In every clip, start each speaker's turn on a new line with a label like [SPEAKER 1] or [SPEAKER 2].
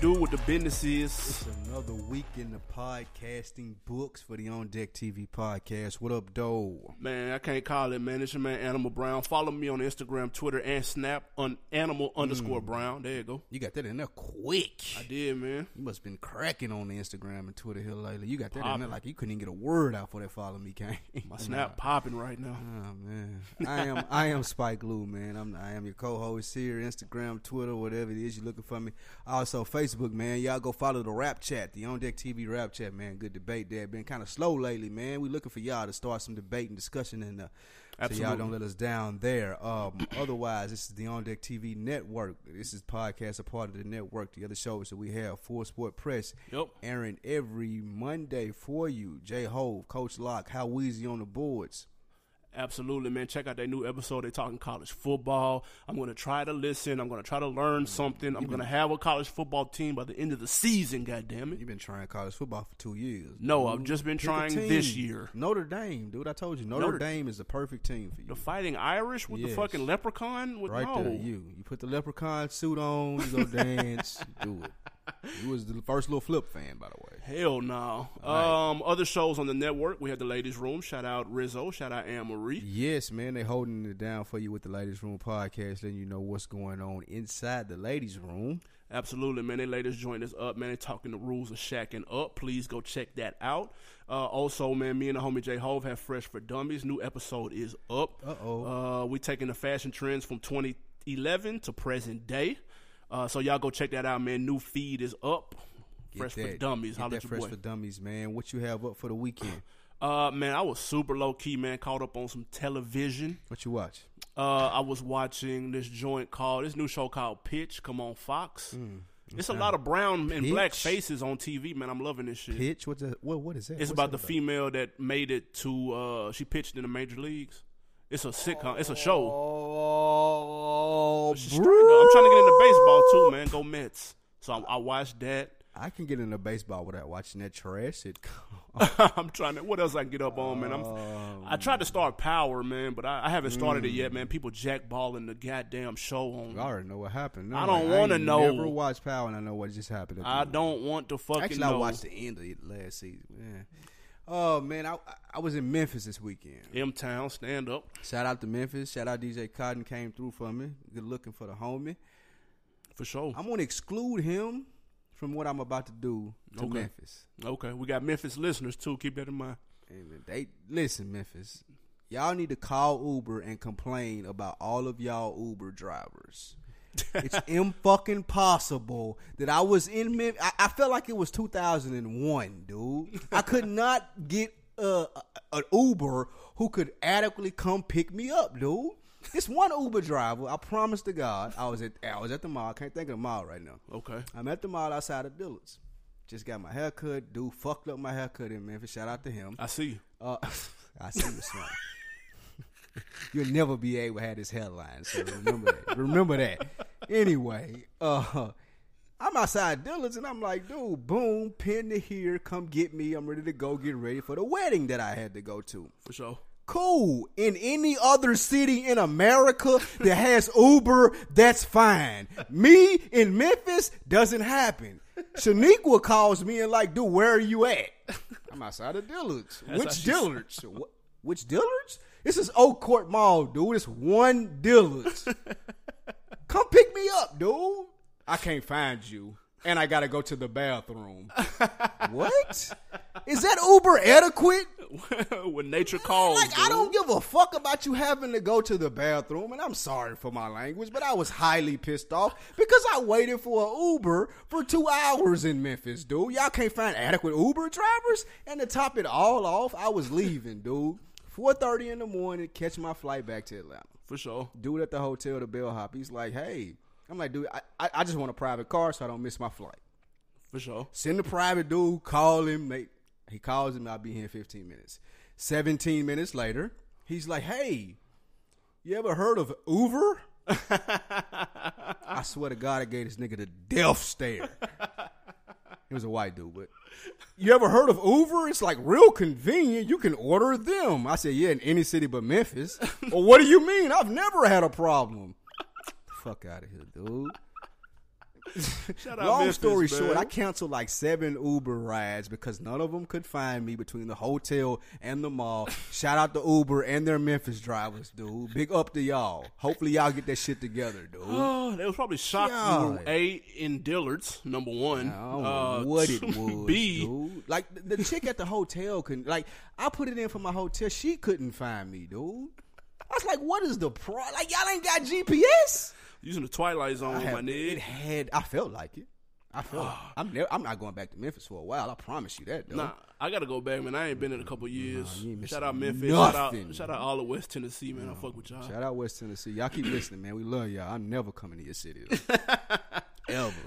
[SPEAKER 1] do what the business is.
[SPEAKER 2] It's another week in the podcasting books for the On Deck TV podcast. What up, Dole?
[SPEAKER 1] Man, I can't call it, man. It's your man Animal Brown. Follow me on Instagram, Twitter, and Snap on Animal underscore
[SPEAKER 2] Mm.
[SPEAKER 1] Brown. There you go.
[SPEAKER 2] You got that in there quick.
[SPEAKER 1] I did, man.
[SPEAKER 2] You must have been cracking on the Instagram and Twitter here lately. You got that in there like you couldn't even get a word out for that follow me, Kane.
[SPEAKER 1] My snap popping right now.
[SPEAKER 2] Oh man, I am I am Spike Lou, man. I'm I am your co-host here, Instagram, Twitter, whatever it is you're looking for me. Also Facebook, man. Y'all go follow the Rap Chat, the On Deck TV Rap Chat, man. Good debate there. Been kind of slow lately, man. We looking for y'all to start some debate and discussion and uh, so y'all
[SPEAKER 1] Absolutely.
[SPEAKER 2] don't let us down there. Um, otherwise, this is the On Deck TV Network. This is podcast a part of the network. The other shows that we have, Full Sport Press,
[SPEAKER 1] Yep.
[SPEAKER 2] airing every Monday for you. J Hove, Coach Locke, How Weezy on the boards.
[SPEAKER 1] Absolutely, man. Check out that new episode. They talking college football. I'm gonna try to listen. I'm gonna try to learn something. I'm gonna have a college football team by the end of the season. God damn it.
[SPEAKER 2] You've been trying college football for two years.
[SPEAKER 1] No, I've just been
[SPEAKER 2] Pick a
[SPEAKER 1] trying
[SPEAKER 2] team.
[SPEAKER 1] this year.
[SPEAKER 2] Notre Dame, dude. I told you, Notre,
[SPEAKER 1] Notre-
[SPEAKER 2] Dame is the perfect team for you.
[SPEAKER 1] The Fighting Irish with
[SPEAKER 2] Yes.
[SPEAKER 1] the fucking leprechaun. With,
[SPEAKER 2] right
[SPEAKER 1] no.
[SPEAKER 2] there, you. You put the leprechaun suit on. You go dance. you do it. You was the first little flip fan, by the way.
[SPEAKER 1] Hell no. Um, other shows on the network. We have the Ladies Room. Shout out Rizzo. Shout out Anne Marie.
[SPEAKER 2] Yes, man, they holding it down for you with the ladies' room podcast, letting you know what's going on inside the ladies' room.
[SPEAKER 1] Absolutely, man. They latest joined us up, man. They talking the rules of shacking up. Please go check that out. Uh, also, man, me and the homie J Hove have Fresh for Dummies. New episode is up.
[SPEAKER 2] Uh-oh.
[SPEAKER 1] Uh, we taking the fashion trends from 2011 to present day. Uh, so y'all go check that out, man. New feed is up.
[SPEAKER 2] Get
[SPEAKER 1] Fresh for
[SPEAKER 2] that-
[SPEAKER 1] Dummies.
[SPEAKER 2] get
[SPEAKER 1] Holla
[SPEAKER 2] that
[SPEAKER 1] at your
[SPEAKER 2] fresh
[SPEAKER 1] boy.
[SPEAKER 2] for dummies, man. What you have up for the weekend?
[SPEAKER 1] uh, man, I was super low key, man. Caught up on some television.
[SPEAKER 2] What you watch?
[SPEAKER 1] uh, I was watching this joint called this new show called Pitch. Come on, Fox. it's a lot of brown and black
[SPEAKER 2] Mm, Pitch?
[SPEAKER 1] faces on TV, man. I'm loving this shit.
[SPEAKER 2] Pitch? What's that? What? What is that?
[SPEAKER 1] It's
[SPEAKER 2] What's
[SPEAKER 1] about the
[SPEAKER 2] that
[SPEAKER 1] female that made it to. Uh, she pitched in the major league. It's a sitcom. It's a show.
[SPEAKER 2] Oh,
[SPEAKER 1] She's trying to- I'm trying to get into baseball too, man. Go Mets. So I, I watched that.
[SPEAKER 2] I can get into baseball without watching that trash sitcom.
[SPEAKER 1] I'm trying to. What else I can get up on, man? I'm. I
[SPEAKER 2] Oh.
[SPEAKER 1] tried to start Power, man, but I, I haven't started it
[SPEAKER 2] Mm.
[SPEAKER 1] yet, man. People jackballing the goddamn show on.
[SPEAKER 2] I already know what happened. No,
[SPEAKER 1] I don't
[SPEAKER 2] ain't
[SPEAKER 1] wanna know.
[SPEAKER 2] Never watch Power, and I know what just happened. at the
[SPEAKER 1] I
[SPEAKER 2] end.
[SPEAKER 1] don't want to fucking.
[SPEAKER 2] Actually,
[SPEAKER 1] know.
[SPEAKER 2] I watched the end of it last season. Man. Oh man, I I was in Memphis this weekend.
[SPEAKER 1] M Town, stand up.
[SPEAKER 2] Shout out to Memphis. Shout out DJ Cotton came through for me. Good looking for the homie.
[SPEAKER 1] For sure.
[SPEAKER 2] I'm gonna exclude him from what I'm about to do to
[SPEAKER 1] Okay.
[SPEAKER 2] Memphis.
[SPEAKER 1] okay, we got Memphis listeners too. Keep that in mind.
[SPEAKER 2] And they listen, Memphis. Y'all need to call Uber and complain about all of y'all Uber drivers. it's im fucking possible that I was in Memphis. I, I felt like it was 2001, dude. I could not get uh, a, an Uber who could adequately come pick me up, dude. This one Uber driver, I promise to God, I was at I was at the mall. I can't think of the mall right now.
[SPEAKER 1] Okay.
[SPEAKER 2] I'm at the mall outside of Dillard's. Just got my haircut. Dude fucked up my haircut in Memphis. Shout out to him.
[SPEAKER 1] I see you.
[SPEAKER 2] Uh, I see you smile. You'll never be able to have this headline, so remember that. Remember that. Anyway, uh, I'm outside Dillard's and I'm like, dude, boom, pin to here, come get me. I'm ready to go get ready for the wedding that I had to go to.
[SPEAKER 1] For sure.
[SPEAKER 2] Cool. In any other city in America that has Uber, that's fine. Me in Memphis doesn't happen. Shaniqua calls me and like, dude, where are you at? I'm outside of Dillard's. Which Dillard's? What, which Dillard's? This is Oak Court Mall, dude. It's one Dillard's. Come pick me up, dude. I can't find you. And I gotta go to the bathroom. what? Is that Uber adequate?
[SPEAKER 1] when nature calls.
[SPEAKER 2] Like
[SPEAKER 1] Oh,
[SPEAKER 2] I
[SPEAKER 1] dude.
[SPEAKER 2] don't give a fuck about you having to go to the bathroom, and I'm sorry for my language, but I was highly pissed off because I waited for an Uber for two hours in Memphis, dude. Y'all can't find adequate Uber drivers, and to top it all off, I was leaving, dude. Four thirty in the morning, catch my flight back to Atlanta.
[SPEAKER 1] For sure.
[SPEAKER 2] Dude at the hotel, the bellhop, he's like, "Hey," I'm like, "Dude, I, I, I just want a private car so I don't miss my flight."
[SPEAKER 1] For sure.
[SPEAKER 2] Send the private dude, call him. They, he calls him, I'll be here in 15 minutes. 17 minutes later, he's like, hey, you ever heard of Uber? I swear to God, I gave this nigga the death stare. He was a white dude, but you ever heard of Uber? It's like real convenient. You can order them. I said, yeah, in any city but Memphis. well, what do you mean? I've never had a problem. Fuck out of here, dude.
[SPEAKER 1] Shout out
[SPEAKER 2] Long
[SPEAKER 1] Memphis, man.
[SPEAKER 2] story short, I canceled like seven Uber rides because none of them could find me between the hotel and the mall. Shout out to Uber and their Memphis drivers, dude. Big up to y'all. Hopefully y'all get that shit together, dude.
[SPEAKER 1] Oh, they was probably shocked you were
[SPEAKER 2] God.
[SPEAKER 1] a in Dillard's number one.
[SPEAKER 2] I don't
[SPEAKER 1] Uh,
[SPEAKER 2] know what it was,
[SPEAKER 1] B.
[SPEAKER 2] dude. Like th- the chick at the hotel couldn't. Like I put it in for my hotel, she couldn't find me, dude. I was like, "What is the pro? Like y'all ain't got GPS."
[SPEAKER 1] Using the Twilight Zone,
[SPEAKER 2] I
[SPEAKER 1] my
[SPEAKER 2] have- it
[SPEAKER 1] nigga.
[SPEAKER 2] had. I felt like it. I felt. like- I'm. Never, I'm not going back to Memphis for a while. I promise you that, though.
[SPEAKER 1] Nah, I gotta go back, man. I ain't been in a couple years.
[SPEAKER 2] you ain't
[SPEAKER 1] shout
[SPEAKER 2] missing
[SPEAKER 1] out Memphis.
[SPEAKER 2] nothing.
[SPEAKER 1] Shout out, shout out all of West Tennessee, man. I fuck with y'all.
[SPEAKER 2] Shout out West Tennessee. Y'all keep listening, man. We love y'all. I'm never coming to your city ever.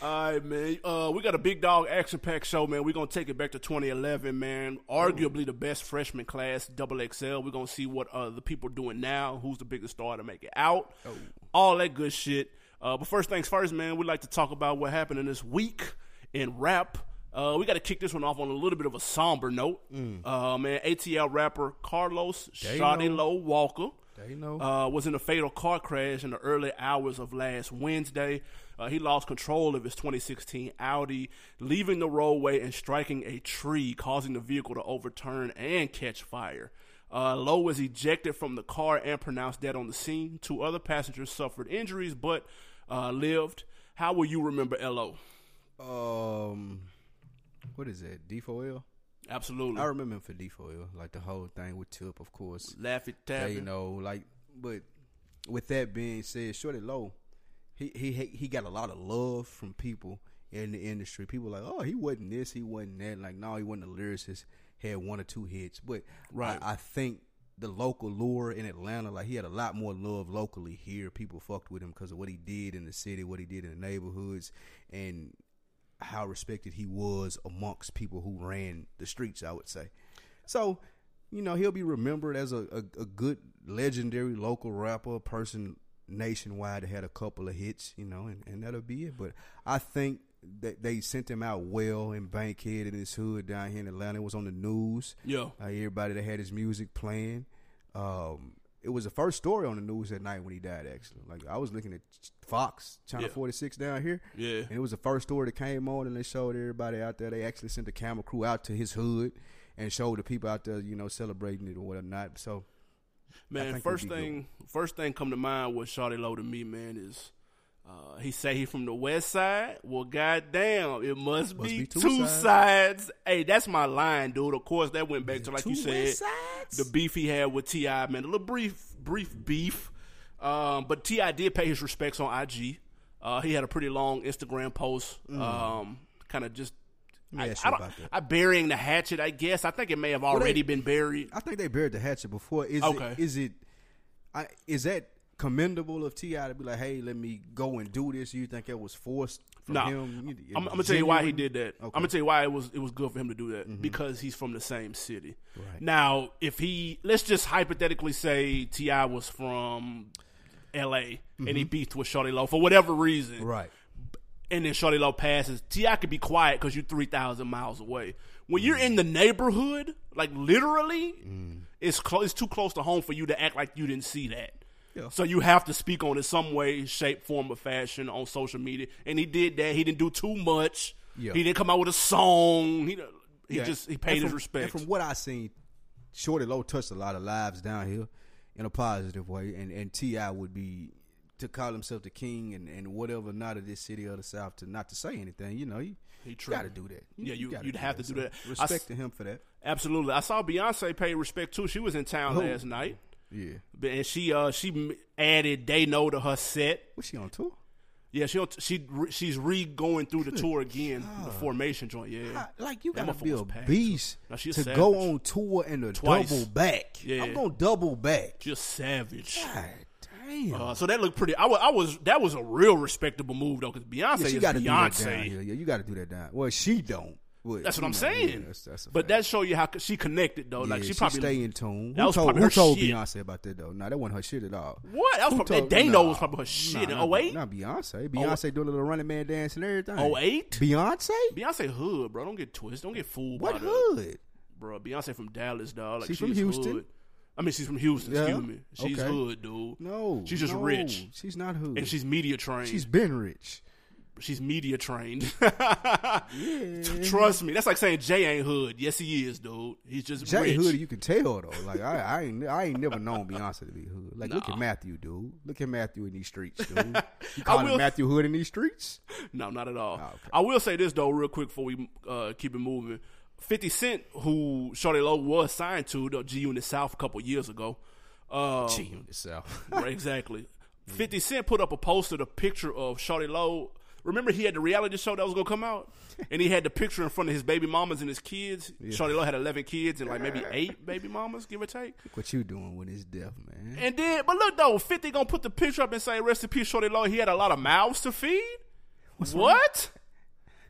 [SPEAKER 1] All right, man. Uh, we got a big dog action pack show, man. We're gonna take it back to 2011, man. Arguably the best freshman class, double XL. We're gonna see what uh, the people doing now, who's the biggest star to make it out, all that good shit. Uh, but first things first, man. We'd like to talk about what happened in this week in rap. Uh, we got to kick this one off on a little bit of a somber note. Uh, man, ATL rapper Carlos Shawty Low Walker.
[SPEAKER 2] They know.
[SPEAKER 1] Uh, was in a fatal car crash in the early hours of last Wednesday. Uh, he lost control of his 2016 Audi, leaving the roadway and striking a tree, causing the vehicle to overturn and catch fire. Uh, Lowe was ejected from the car and pronounced dead on the scene. Two other passengers suffered injuries but uh, lived. How will you remember LO?
[SPEAKER 2] um, what is that? D4L.
[SPEAKER 1] Absolutely.
[SPEAKER 2] I remember him for D4L, like the whole thing with Tip, of course.
[SPEAKER 1] Laffy
[SPEAKER 2] They
[SPEAKER 1] Taffy.
[SPEAKER 2] know, like, but with that being said, Shorty Low, he he he got a lot of love from people in the industry. People like, oh, he wasn't this, he wasn't that. Like, no, he wasn't a lyricist. Had one or two hits, but
[SPEAKER 1] Right.
[SPEAKER 2] I, I think the local lure in Atlanta, like he had a lot more love locally here. People fucked with him because of what he did in the city, what he did in the neighborhoods, and how respected he was amongst people who ran the streets. I would say. So, you know, he'll be remembered as a, a, a good legendary local rapper, person nationwide that had a couple of hits, you know, and, and that'll be it. But I think that they sent him out well in Bankhead in his hood down here in Atlanta. It was on the news.
[SPEAKER 1] Yeah.
[SPEAKER 2] Uh, everybody that had his music playing. Um, it was the first story on the news that night when he died, actually. Like, I was looking at Fox, Channel
[SPEAKER 1] Yeah.
[SPEAKER 2] 46 down here.
[SPEAKER 1] Yeah.
[SPEAKER 2] And it was the first story that came on, and they showed everybody out there. They actually sent the camera crew out to his hood and showed the people out there, you know, celebrating it or whatnot. So,
[SPEAKER 1] Man,
[SPEAKER 2] think it'd
[SPEAKER 1] first
[SPEAKER 2] be good.
[SPEAKER 1] thing, first thing come to mind with Shawty Low to me, man, is uh, he say he from the West Side. Well, goddamn, it must, be, two, sides. Hey, that's my line, dude. Of course, that went back to like you said,
[SPEAKER 2] sides?
[SPEAKER 1] the beef he had with Ti, man, a little brief, brief beef. Um, but Ti did pay his respects on IG. Uh, he had a pretty long Instagram post, um, kind of just.
[SPEAKER 2] Mm. me
[SPEAKER 1] I,
[SPEAKER 2] ask
[SPEAKER 1] I
[SPEAKER 2] you
[SPEAKER 1] don't-
[SPEAKER 2] about that.
[SPEAKER 1] I burying the hatchet, I guess. I think it may have already been buried.
[SPEAKER 2] I think they buried the hatchet before. Is
[SPEAKER 1] Okay.
[SPEAKER 2] it, is it, I, is that commendable of Ti to be like, hey, let me go and do this? You think it was forced from
[SPEAKER 1] Nah.
[SPEAKER 2] him? You-
[SPEAKER 1] I'm, I'm gonna tell you why he
[SPEAKER 2] genuine? Mm-hmm.
[SPEAKER 1] did that. I'm gonna tell you why it was it was good for him to do that because he's from the same city.
[SPEAKER 2] Right.
[SPEAKER 1] Now, if he let's just hypothetically say Ti was from L.A. and
[SPEAKER 2] Mm-hmm.
[SPEAKER 1] he beefed with Shorty Low for whatever reason,
[SPEAKER 2] Right.
[SPEAKER 1] and then Shorty Low passes, Ti could be quiet because you're three thousand miles away. When you're in the neighborhood, like literally, it's close. It's too close to home for you to act like you didn't see that.
[SPEAKER 2] Yeah.
[SPEAKER 1] So you have to speak on it some way, shape, form, or fashion on social media, and he did that. He didn't do too much.
[SPEAKER 2] Yeah.
[SPEAKER 1] He didn't come out with a song. He he
[SPEAKER 2] Yeah.
[SPEAKER 1] just he
[SPEAKER 2] And
[SPEAKER 1] paid his
[SPEAKER 2] from-
[SPEAKER 1] respect.
[SPEAKER 2] And from what I seen, Shorty Low touched a lot of lives down here in a positive way, and and Ti would be to call himself the king and and whatever not of this city or the south to not to say anything. You know, you, you
[SPEAKER 1] tripped.
[SPEAKER 2] got to do that.
[SPEAKER 1] Yeah, you-
[SPEAKER 2] gotta
[SPEAKER 1] you'd have to do that. I
[SPEAKER 2] So
[SPEAKER 1] s-
[SPEAKER 2] Respect to him for that.
[SPEAKER 1] Absolutely, I saw Beyonce pay respect too. She was in town
[SPEAKER 2] Who?
[SPEAKER 1] last night,
[SPEAKER 2] Yeah.
[SPEAKER 1] But- and she uh she m- added "They Know" to her set.
[SPEAKER 2] Was she on tour?
[SPEAKER 1] Yeah, she don't- she re- she's re going through the tour again, the formation joint. Yeah,
[SPEAKER 2] Like you
[SPEAKER 1] That
[SPEAKER 2] gotta
[SPEAKER 1] motherfucker
[SPEAKER 2] be
[SPEAKER 1] was
[SPEAKER 2] a
[SPEAKER 1] packed.
[SPEAKER 2] beast
[SPEAKER 1] Now, she a
[SPEAKER 2] to
[SPEAKER 1] savage.
[SPEAKER 2] go on tour and to
[SPEAKER 1] Twice.
[SPEAKER 2] double back.
[SPEAKER 1] Yeah.
[SPEAKER 2] I'm gonna double back.
[SPEAKER 1] just savage.
[SPEAKER 2] God damn.
[SPEAKER 1] Uh, so that looked pretty. I wa- I was that was a real respectable move though, because Beyonce
[SPEAKER 2] Yeah, she
[SPEAKER 1] is
[SPEAKER 2] got to do that down
[SPEAKER 1] Beyonce.
[SPEAKER 2] here. Yeah, you got to do that down. Well, she don't. But,
[SPEAKER 1] That's what
[SPEAKER 2] you
[SPEAKER 1] I'm
[SPEAKER 2] know,
[SPEAKER 1] saying.
[SPEAKER 2] yeah, that's- that's a
[SPEAKER 1] but
[SPEAKER 2] fact.
[SPEAKER 1] that show you how c- she connected though. like
[SPEAKER 2] Yeah,
[SPEAKER 1] she probably
[SPEAKER 2] stay in tune.
[SPEAKER 1] That
[SPEAKER 2] who
[SPEAKER 1] was
[SPEAKER 2] told,
[SPEAKER 1] probably
[SPEAKER 2] who
[SPEAKER 1] her
[SPEAKER 2] told
[SPEAKER 1] shit.
[SPEAKER 2] Beyonce about that though? Nah, that wasn't her shit at all.
[SPEAKER 1] What? That was
[SPEAKER 2] Who
[SPEAKER 1] probably, that
[SPEAKER 2] told-
[SPEAKER 1] Dano
[SPEAKER 2] nah.
[SPEAKER 1] was probably her shit
[SPEAKER 2] Nah,
[SPEAKER 1] in
[SPEAKER 2] not-
[SPEAKER 1] 08?
[SPEAKER 2] Not Beyonce. Beyonce doing a little running man dance and everything.
[SPEAKER 1] 08?
[SPEAKER 2] Beyonce?
[SPEAKER 1] Beyonce hood, bro. Don't get twisted. Don't get fooled
[SPEAKER 2] What
[SPEAKER 1] by that,
[SPEAKER 2] hood?
[SPEAKER 1] bro. Beyonce from Dallas, dog. Like
[SPEAKER 2] She from
[SPEAKER 1] is
[SPEAKER 2] Houston?
[SPEAKER 1] Hood. I mean, she's from Houston.
[SPEAKER 2] Yeah?
[SPEAKER 1] Excuse me. She's
[SPEAKER 2] Okay.
[SPEAKER 1] hood, dude.
[SPEAKER 2] No,
[SPEAKER 1] she's just
[SPEAKER 2] no,
[SPEAKER 1] rich
[SPEAKER 2] She's not hood.
[SPEAKER 1] and she's media trained.
[SPEAKER 2] she's been rich.
[SPEAKER 1] She's media trained. Trust me. That's like saying Jay ain't hood. Yes, he is, dude. He's just
[SPEAKER 2] Jay
[SPEAKER 1] rich.
[SPEAKER 2] Hood, you can tell though. Like I, I ain't, I ain't never known Beyonce to be hood. Like look at Matthew, dude. Look at Matthew in these streets, dude. You call
[SPEAKER 1] will-
[SPEAKER 2] him Matthew Hood in these streets?
[SPEAKER 1] No, not at all. I will say this though, real quick, before we uh, keep it moving. Fifty Cent, who Shorty Low was signed to the G Unit South a couple years ago. Um,
[SPEAKER 2] Damn yourself.
[SPEAKER 1] right, exactly. Fifty Cent put up a poster, the picture of Shorty Low. Remember, he had the reality show that was gonna come out, and he had the picture in front of his baby mamas and his kids. Shorty Low had eleven kids and like maybe eight baby mamas, give or take.
[SPEAKER 2] What you doing when it's death, man?
[SPEAKER 1] And then, but look though, Fifty gonna put the picture up and say, "Rest in peace, Shorty Low." He had a lot of mouths to feed. what?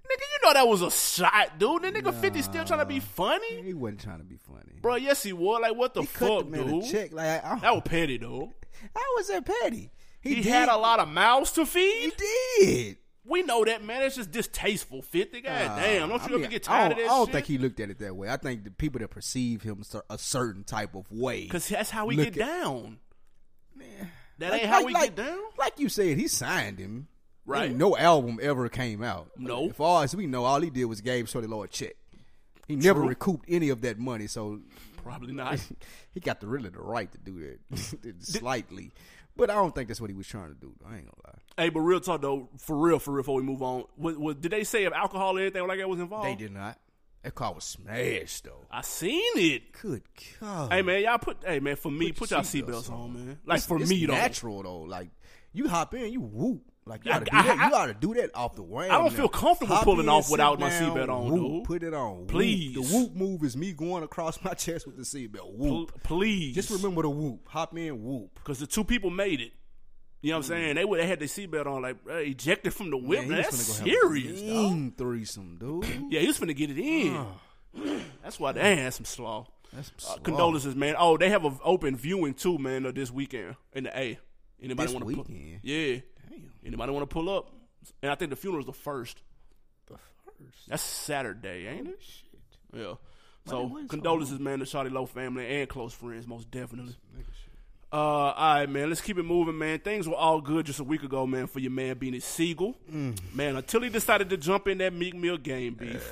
[SPEAKER 1] Nigga, you know that was a shot, dude. The nigga Fifty still trying to be funny,
[SPEAKER 2] He wasn't trying to be funny.
[SPEAKER 1] bro. Yes, he was. Like, what the
[SPEAKER 2] he cut the
[SPEAKER 1] fuck,
[SPEAKER 2] man
[SPEAKER 1] dude?
[SPEAKER 2] a check. Like I,
[SPEAKER 1] That was petty, dude.
[SPEAKER 2] how was that petty?
[SPEAKER 1] He,
[SPEAKER 2] did-
[SPEAKER 1] had a lot of mouths to
[SPEAKER 2] He
[SPEAKER 1] feed.
[SPEAKER 2] did.
[SPEAKER 1] We know that, man. It's just distasteful, Fifty. God damn, don't
[SPEAKER 2] I
[SPEAKER 1] you
[SPEAKER 2] mean,
[SPEAKER 1] ever get
[SPEAKER 2] I
[SPEAKER 1] tired
[SPEAKER 2] don't,
[SPEAKER 1] of that
[SPEAKER 2] I don't
[SPEAKER 1] shit?
[SPEAKER 2] think he looked at it that way. I think the people that perceive him cer- a certain type of way.
[SPEAKER 1] Cause that's how we
[SPEAKER 2] Look
[SPEAKER 1] get
[SPEAKER 2] at-
[SPEAKER 1] down. That
[SPEAKER 2] Like-
[SPEAKER 1] ain't how
[SPEAKER 2] like-
[SPEAKER 1] we
[SPEAKER 2] like-
[SPEAKER 1] get down,
[SPEAKER 2] Like you said, he signed him.
[SPEAKER 1] right?
[SPEAKER 2] Ain't No album ever came out.
[SPEAKER 1] No.
[SPEAKER 2] As far as we know, all he did was gave Shorty Law a check. He never recouped any of that money, so
[SPEAKER 1] probably not.
[SPEAKER 2] he got the really the right to do that slightly. But I don't think that's what he was trying to do. I ain't gonna
[SPEAKER 1] Hey, but real talk though, for real, for real, before we move on, what, what, did they say if alcohol or anything like that was involved?
[SPEAKER 2] lie. They did not. That car was smashed though.
[SPEAKER 1] I seen it.
[SPEAKER 2] Good God.
[SPEAKER 1] Hey man, y'all put. Hey man, for me, put,
[SPEAKER 2] your
[SPEAKER 1] y'all
[SPEAKER 2] seatbelts
[SPEAKER 1] seatbelts on, man. Like for
[SPEAKER 2] it's
[SPEAKER 1] me though,
[SPEAKER 2] natural though. Like you hop in, you whoop. Like you
[SPEAKER 1] I-
[SPEAKER 2] ought to do
[SPEAKER 1] I-
[SPEAKER 2] that.
[SPEAKER 1] I-
[SPEAKER 2] you ought to do that off the way.
[SPEAKER 1] I don't feel comfortable pulling off without my seatbelt on,
[SPEAKER 2] Whoop,
[SPEAKER 1] dude.
[SPEAKER 2] put it on. whoop.
[SPEAKER 1] Please.
[SPEAKER 2] the whoop move is me going across my chest with the
[SPEAKER 1] pl-
[SPEAKER 2] seatbelt. Whoop.
[SPEAKER 1] please,
[SPEAKER 2] Just remember the whoop. Hop in, whoop.
[SPEAKER 1] because the two people made it. You know what I'm saying? They would have had their seatbelt on, like uh, ejected from the whip.
[SPEAKER 2] Man,
[SPEAKER 1] Man,
[SPEAKER 2] Mm. he was
[SPEAKER 1] that's
[SPEAKER 2] finna go have a
[SPEAKER 1] serious. dawg.
[SPEAKER 2] mean threesome, dude.
[SPEAKER 1] Yeah, he was finna get it in.
[SPEAKER 2] Uh.
[SPEAKER 1] that's why. Damn, that's some slaw.
[SPEAKER 2] That's some
[SPEAKER 1] Uh,
[SPEAKER 2] slaw.
[SPEAKER 1] condolences, man. Oh, they have an open viewing too, man, of this weekend in the A. Anybody
[SPEAKER 2] This
[SPEAKER 1] want to? Pull-
[SPEAKER 2] weekend?
[SPEAKER 1] yeah. Anybody want to pull up? And I think the funeral's the first.
[SPEAKER 2] The first.
[SPEAKER 1] That's Saturday, ain't it?
[SPEAKER 2] Shit.
[SPEAKER 1] Yeah. So condolences, man, to Shotty Low family and close friends, most definitely. Uh, all right, man. Let's keep it moving, man. Things were all good just a week ago, man, for your man Beanie Siegel.
[SPEAKER 2] Mm.
[SPEAKER 1] Man, until he decided to jump in that Meek Mill game beef.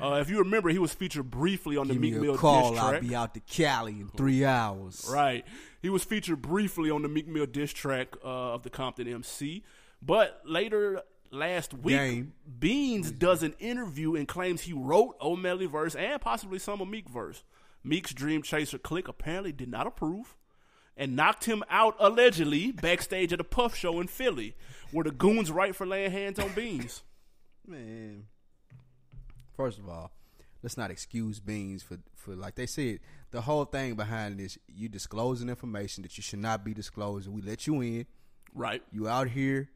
[SPEAKER 1] Uh, if you remember, he was featured briefly on the
[SPEAKER 2] Give
[SPEAKER 1] Meek
[SPEAKER 2] me a
[SPEAKER 1] Mill
[SPEAKER 2] call.
[SPEAKER 1] diss
[SPEAKER 2] I'll
[SPEAKER 1] track.
[SPEAKER 2] be out to Cali in three hours.
[SPEAKER 1] Right. He was featured briefly on the Meek Mill diss track uh, of the Compton MC, but later last week,
[SPEAKER 2] Game.
[SPEAKER 1] Beans does an interview and claims he wrote O'Malley verse and possibly some of Meek verse. Meek's Dream Chaser clique apparently did not approve and knocked him out allegedly backstage at a Puff show in Philly, where the goons right for laying hands on Beans.
[SPEAKER 2] Man, first of all, let's not excuse Beans for for like they said. The whole thing behind this, you disclosing information that you should not be disclosing. We let you in.
[SPEAKER 1] Right.
[SPEAKER 2] You out here,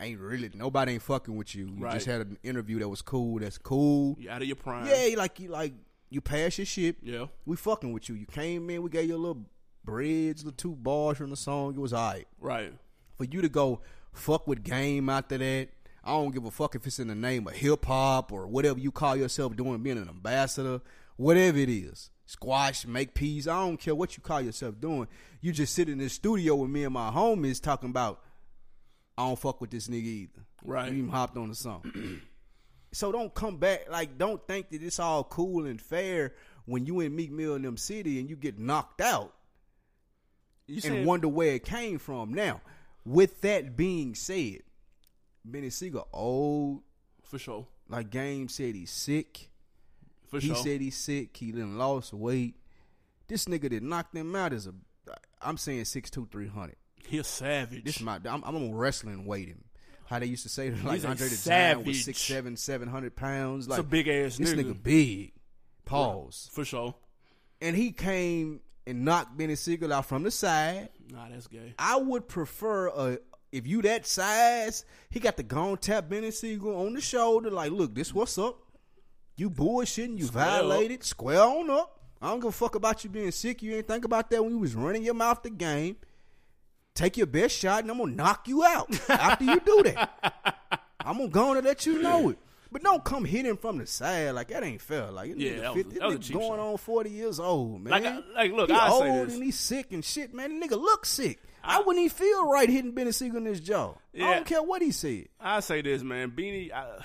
[SPEAKER 2] ain't really nobody ain't fucking with you. You
[SPEAKER 1] Right.
[SPEAKER 2] just had an interview that was cool. That's cool.
[SPEAKER 1] You out of your prime.
[SPEAKER 2] Yeah, you like you like you pass your shit.
[SPEAKER 1] Yeah.
[SPEAKER 2] We fucking with you. You came in. We gave you a little bridge, little two bars from the song. It was alright
[SPEAKER 1] Right.
[SPEAKER 2] for you to go fuck with game after that. I don't give a fuck if it's in the name of hip hop or whatever you call yourself doing, being an ambassador, whatever it is. Squash, make peas. I don't care what you call yourself doing. You just sit in the studio with me and my homies talking about I don't fuck with this nigga either.
[SPEAKER 1] Right.
[SPEAKER 2] You even hopped on the song. so don't come back like don't think that it's all cool and fair when you in Meek Mill in them city and you get knocked out
[SPEAKER 1] You
[SPEAKER 2] and
[SPEAKER 1] said
[SPEAKER 2] wonder where it came from. Now, with that being said, Benny Siegel old.
[SPEAKER 1] for sure.
[SPEAKER 2] Like Game said, he's sick.
[SPEAKER 1] For
[SPEAKER 2] He
[SPEAKER 1] sure.
[SPEAKER 2] said he's sick. He done lost weight. This nigga that knocked him out is a. I'm saying six two three hundred.
[SPEAKER 1] He's a savage.
[SPEAKER 2] This my. I'm, I'm on wrestling weight him. How they used to say like
[SPEAKER 1] He's a
[SPEAKER 2] Andre the Giant
[SPEAKER 1] savage.
[SPEAKER 2] was six seven seven hundred pounds. Like
[SPEAKER 1] a big-ass
[SPEAKER 2] This
[SPEAKER 1] nigga.
[SPEAKER 2] nigga big. Pause.
[SPEAKER 1] for sure.
[SPEAKER 2] And he came and knocked Benny Siegel out from the side.
[SPEAKER 1] Nah, that's gay.
[SPEAKER 2] I would prefer a if you that size, he got the gone tap Benny Siegel on the shoulder, like, look, this what's up. You bullshitting, you
[SPEAKER 1] Square up.
[SPEAKER 2] violated, square on up. I don't give a fuck about you being sick. You ain't think about that when you was running your mouth the game. Take your best shot and I'm gonna knock you out after you do that. I'm gonna go on and let you know it. But don't come hitting from the side like that ain't fair. Like
[SPEAKER 1] Yeah,
[SPEAKER 2] yeah,
[SPEAKER 1] that was-
[SPEAKER 2] 50, this
[SPEAKER 1] that was a
[SPEAKER 2] nigga
[SPEAKER 1] cheap
[SPEAKER 2] going
[SPEAKER 1] shot.
[SPEAKER 2] on forty years old, man.
[SPEAKER 1] Like, I- like, look,
[SPEAKER 2] he
[SPEAKER 1] I'll
[SPEAKER 2] old
[SPEAKER 1] say this.
[SPEAKER 2] and he's sick and shit, man. The nigga look sick. I wouldn't even feel right hitting Benny Siegel in this jaw. I
[SPEAKER 1] Yeah.
[SPEAKER 2] don't care what he said.
[SPEAKER 1] I say this, man. Beanie, I,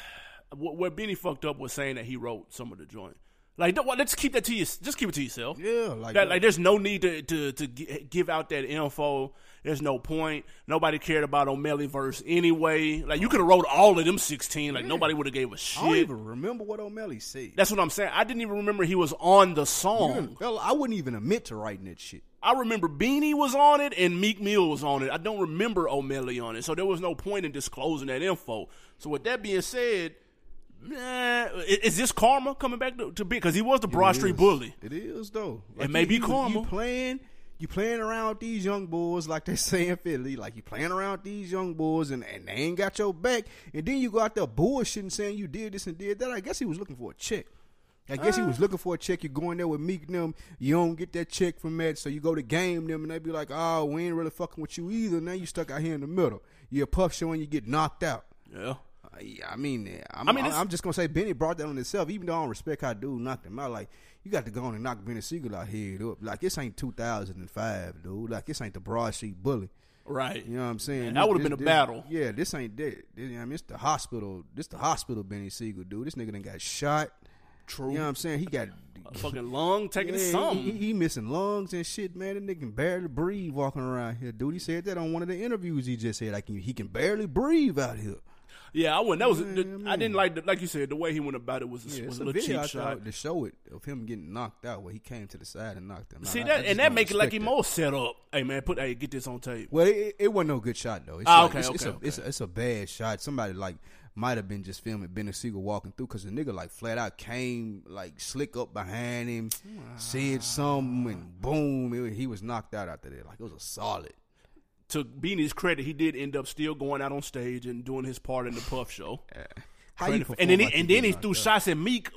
[SPEAKER 1] wh- where Beanie fucked up was saying that he wrote some of the joint. Like, don't, let's keep that to you. Just keep it to yourself.
[SPEAKER 2] Yeah, like
[SPEAKER 1] That, like, there's no need to to, to gi- give out that info. There's no point. Nobody cared about O'Malley verse anyway. Like, you could have wrote all of them sixteen. Like, nobody would have gave a
[SPEAKER 2] I don't
[SPEAKER 1] shit.
[SPEAKER 2] even remember what O'Malley said.
[SPEAKER 1] That's what I'm saying. I didn't even remember he was on the song.
[SPEAKER 2] Fella, I wouldn't even admit to writing that shit.
[SPEAKER 1] I remember Beanie was on it and Meek Mill was on it. I don't remember O'Malley on it, so there was no point in disclosing that info. So with that being said, nah, i- is this karma coming back to, to because he was the Broad Street
[SPEAKER 2] is.
[SPEAKER 1] Bully?
[SPEAKER 2] It is though.
[SPEAKER 1] It may
[SPEAKER 2] you-
[SPEAKER 1] be
[SPEAKER 2] you-
[SPEAKER 1] karma.
[SPEAKER 2] You playing, you playing around with these young boys like they say in Philly. Like you playing around with these young boys, and, and they ain't got your back. And then you go out there bullshitting, saying you did this and did that. I guess he was looking for a check. I guess he was
[SPEAKER 1] Uh.
[SPEAKER 2] looking for a check. You're going there with Meek and them. You don't get that check from that, so you go to game them, and they be like, "Oh, we ain't really fucking with you either." Now you stuck out here in the middle. You're a puff show, and you get knocked out.
[SPEAKER 1] Yeah,
[SPEAKER 2] I- I mean, eh, I'm,
[SPEAKER 1] I
[SPEAKER 2] I
[SPEAKER 1] mean, it's-
[SPEAKER 2] am just gonna say Benny brought that on himself. Even though I don't respect how dude knocked him out, like you got to go on and knock Benny Siegel out head up. Like this ain't 2005, dude. Like this ain't the broad sheet bully.
[SPEAKER 1] right.
[SPEAKER 2] You know what I'm saying?
[SPEAKER 1] Man, that would've
[SPEAKER 2] This-
[SPEAKER 1] been a
[SPEAKER 2] this-
[SPEAKER 1] battle.
[SPEAKER 2] Yeah, this ain't that. This, I mean, it's the hospital. This the hospital Benny Siegel, dude. This nigga done got shot.
[SPEAKER 1] True.
[SPEAKER 2] You know what I'm saying? He got.
[SPEAKER 1] A fucking lung taking
[SPEAKER 2] Yeah,
[SPEAKER 1] it
[SPEAKER 2] he-
[SPEAKER 1] something.
[SPEAKER 2] He, he missing lungs and shit, man. That nigga can barely breathe walking around here, dude. He said that on one of the interviews. He just said, like, he can barely breathe out here.
[SPEAKER 1] yeah, I wouldn't. That was the-
[SPEAKER 2] man.
[SPEAKER 1] I didn't like the, like you said the way he went about it was,
[SPEAKER 2] Yeah,
[SPEAKER 1] was
[SPEAKER 2] it's
[SPEAKER 1] a
[SPEAKER 2] a
[SPEAKER 1] little
[SPEAKER 2] video
[SPEAKER 1] cheap
[SPEAKER 2] out there
[SPEAKER 1] shot.
[SPEAKER 2] to show it of him getting knocked out where he came to the side and knocked him out.
[SPEAKER 1] See
[SPEAKER 2] I- I
[SPEAKER 1] that
[SPEAKER 2] just
[SPEAKER 1] and that
[SPEAKER 2] don't
[SPEAKER 1] make it like he
[SPEAKER 2] respect that.
[SPEAKER 1] more set up. Hey man, put hey get this on tape.
[SPEAKER 2] Well, it, it wasn't no good shot though. It's
[SPEAKER 1] Ah,
[SPEAKER 2] like-
[SPEAKER 1] okay,
[SPEAKER 2] it's, it's
[SPEAKER 1] okay,
[SPEAKER 2] a, It's, a, it's a bad shot. Somebody like might have been just filming Ben Siegel walking through because the nigga like flat out came like slick up behind him, said something, and boom, it, he was knocked out after that. Like it was a solid.
[SPEAKER 1] To Beanie's credit, he did end up still going out on stage and doing his part in the Puff Show.
[SPEAKER 2] How you
[SPEAKER 1] and
[SPEAKER 2] perform
[SPEAKER 1] then he,
[SPEAKER 2] after
[SPEAKER 1] and
[SPEAKER 2] you
[SPEAKER 1] then he
[SPEAKER 2] knocked
[SPEAKER 1] threw
[SPEAKER 2] out?
[SPEAKER 1] shots at Meek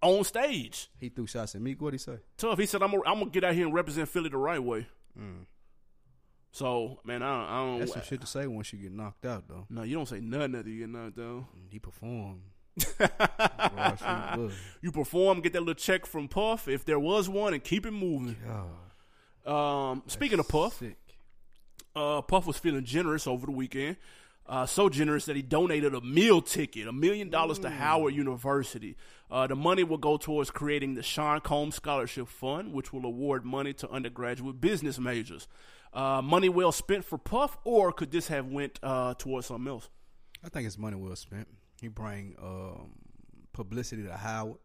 [SPEAKER 1] on stage.
[SPEAKER 2] He threw shots at me. What would he say?
[SPEAKER 1] Tough. He said, "I'm gonna, I'm gonna get out here and represent Philly the right way." So, man, I don't. I
[SPEAKER 2] Mm. That's
[SPEAKER 1] don't
[SPEAKER 2] some shit to say once you get knocked out though.
[SPEAKER 1] no, you don't say nothing after you get knocked down.
[SPEAKER 2] He performed. Raw Street Bully.
[SPEAKER 1] You perform, get that little check from Puff if there was one, and keep it moving.
[SPEAKER 2] God,
[SPEAKER 1] Um, speaking of Puff,
[SPEAKER 2] sick.
[SPEAKER 1] uh, Puff was feeling generous over the weekend. Uh, so generous that he donated a meal ticket, a million dollars to Howard University. Uh, the money will go towards creating the Sean Combs Scholarship Fund, which will award money to undergraduate business majors. Uh, money well spent for Puff, or could this have went uh, towards something else?
[SPEAKER 2] I think it's money well spent. He bring um, publicity to Howard.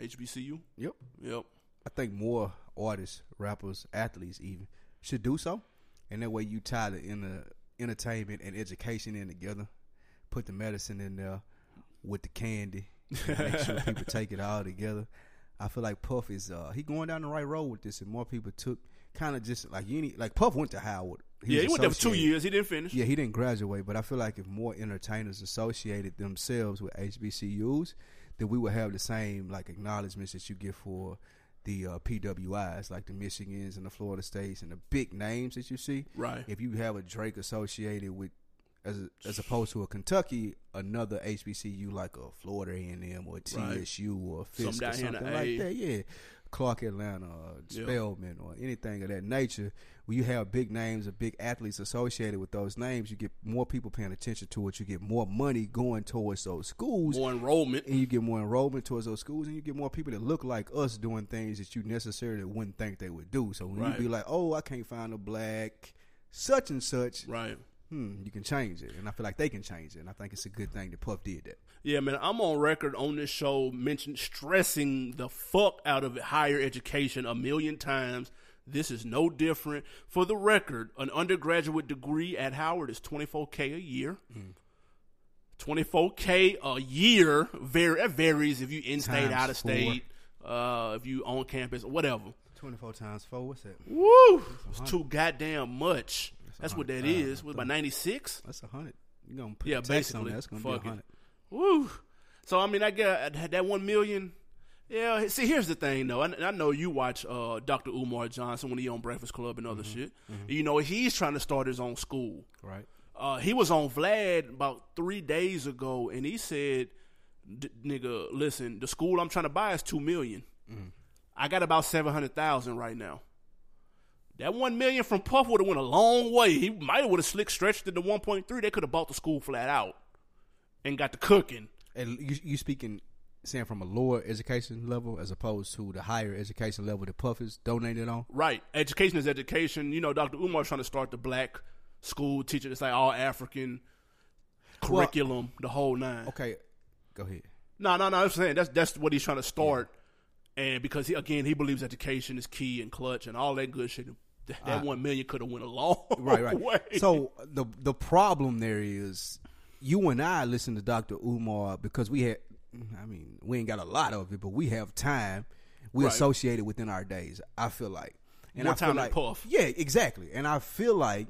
[SPEAKER 1] HBCU.
[SPEAKER 2] Yep.
[SPEAKER 1] Yep.
[SPEAKER 2] I think more artists, rappers, athletes even should do so, and that way you tie the inner entertainment and education in together. Put the medicine in there with the candy. and make sure people take it all together. I feel like Puff is uh, he going down the right road with this, and more people took kind of just like you need like Puff went to Howard.
[SPEAKER 1] yeah,
[SPEAKER 2] was
[SPEAKER 1] he went there for two
[SPEAKER 2] associated-
[SPEAKER 1] years. He didn't finish.
[SPEAKER 2] yeah, he didn't graduate, but I feel like if more entertainers associated themselves with HBCUs, then we would have the same like acknowledgments that you get for the uh, PWIs, like the Michigans and the Florida States and the big names that you see.
[SPEAKER 1] Right.
[SPEAKER 2] If you have a Drake associated with, as as opposed to a Kentucky, another HBCU like a Florida A and M or a
[SPEAKER 1] Right.
[SPEAKER 2] TSU or a Fisk
[SPEAKER 1] down
[SPEAKER 2] or
[SPEAKER 1] here in the
[SPEAKER 2] something like
[SPEAKER 1] A.
[SPEAKER 2] that. Yeah, Clark Atlanta, or
[SPEAKER 1] Yeah.
[SPEAKER 2] Spelman, or anything of that nature. When you have big names or big athletes associated with those names, you get more people paying attention to it. You get more money going towards those schools,
[SPEAKER 1] More enrollment.
[SPEAKER 2] and you get more enrollment towards those schools, and you get more people that look like us doing things that you necessarily wouldn't think they would do. So when
[SPEAKER 1] Right.
[SPEAKER 2] you be like, "Oh, I can't find a black." Such and such,
[SPEAKER 1] Right.
[SPEAKER 2] hmm, you can change it, and I feel like they can change it, and I think it's a good thing that Puff did that.
[SPEAKER 1] Yeah, man, I'm on record on this show mentioning stressing the fuck out of higher education a million times. This is no different. For the record, an undergraduate degree at Howard is 24k a year. 24k a year. Var- that varies if you in state,
[SPEAKER 2] Times
[SPEAKER 1] out of
[SPEAKER 2] four.
[SPEAKER 1] state, uh, if you on campus, whatever.
[SPEAKER 2] Twenty-four times four, what's that?
[SPEAKER 1] Woo! It's too goddamn much. That's what that
[SPEAKER 2] 100,000,
[SPEAKER 1] is. What about 96?
[SPEAKER 2] That's a hundred. You gonna put
[SPEAKER 1] Yeah,
[SPEAKER 2] the tax
[SPEAKER 1] basically.
[SPEAKER 2] on that. That's gonna
[SPEAKER 1] Fuck it.
[SPEAKER 2] be a hundred.
[SPEAKER 1] Woo. So I mean, I got that one million. Yeah. See, here's the thing, though. I, I know you watch uh, Dr. Umar Johnson when he on Breakfast Club and
[SPEAKER 2] Mm-hmm.
[SPEAKER 1] other shit. You know, he's trying to start his own school.
[SPEAKER 2] Right.
[SPEAKER 1] Uh, he was on Vlad about three days ago, and he said, D- "Nigga, listen, the school I'm trying to buy is two million. I got about seven hundred thousand right now. That one million from Puff would have went a long way. He might have would have slick stretched it to one point three. They could have bought the school flat out and got the cooking.
[SPEAKER 2] And you, you speaking saying from a lower education level as opposed to the higher education level that Puff is donated on.
[SPEAKER 1] Right. Education is education. You know, Dr. Umar's trying to start the black school teacher. It's like all African curriculum, the whole nine.
[SPEAKER 2] Okay, go ahead.
[SPEAKER 1] No, no, no. I'm saying that's that's what he's trying to start, and because he, again he believes education is key and clutch and all that good shit. Th- That one million could have went a long
[SPEAKER 2] Right, right.
[SPEAKER 1] way.
[SPEAKER 2] So the the problem there is you and I listen to Dr. Umar because we had I mean, we ain't got a lot of it, but we have time. We
[SPEAKER 1] Right.
[SPEAKER 2] associate it within our days, I feel like. And
[SPEAKER 1] More
[SPEAKER 2] I feel
[SPEAKER 1] time than
[SPEAKER 2] like,
[SPEAKER 1] Puff.
[SPEAKER 2] Yeah, exactly. And I feel like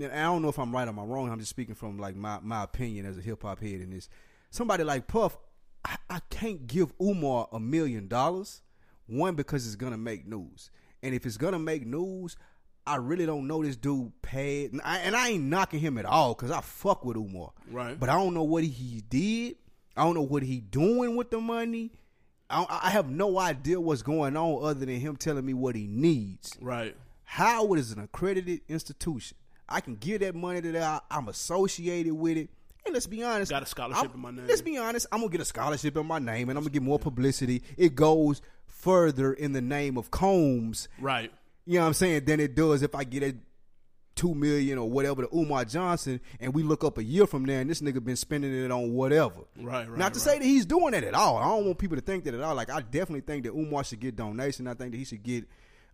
[SPEAKER 2] and I don't know if I'm right or I'm wrong. I'm just speaking from like my, my opinion as a hip hop head in this. Somebody like Puff, I, I can't give Umar a million dollars. One because it's gonna make news, and if it's gonna make news, I really don't know this dude paid. And I, and I ain't knocking him at all because I fuck with Umar,
[SPEAKER 1] Right.
[SPEAKER 2] But I don't know what he did. I don't know what he doing with the money. I, I have no idea what's going on other than him telling me what he needs.
[SPEAKER 1] right,
[SPEAKER 2] Howard is an accredited institution. I can give that money to that. I'm associated with it. And let's be honest,
[SPEAKER 1] Got a scholarship
[SPEAKER 2] I'm-
[SPEAKER 1] in my name.
[SPEAKER 2] Let's be honest, I'm gonna get a scholarship in my name, and I'm gonna get more publicity. It goes further in the name of Combs,
[SPEAKER 1] right.
[SPEAKER 2] you know what I'm saying, than it does if I get a two million or whatever to Umar Johnson, and we look up a year from there, and this nigga been spending it on whatever.
[SPEAKER 1] Right, right,
[SPEAKER 2] Not to
[SPEAKER 1] right.
[SPEAKER 2] say that he's doing that at all. I don't want people to think that at all. Like I definitely think that Umar should get donation. I think that he should get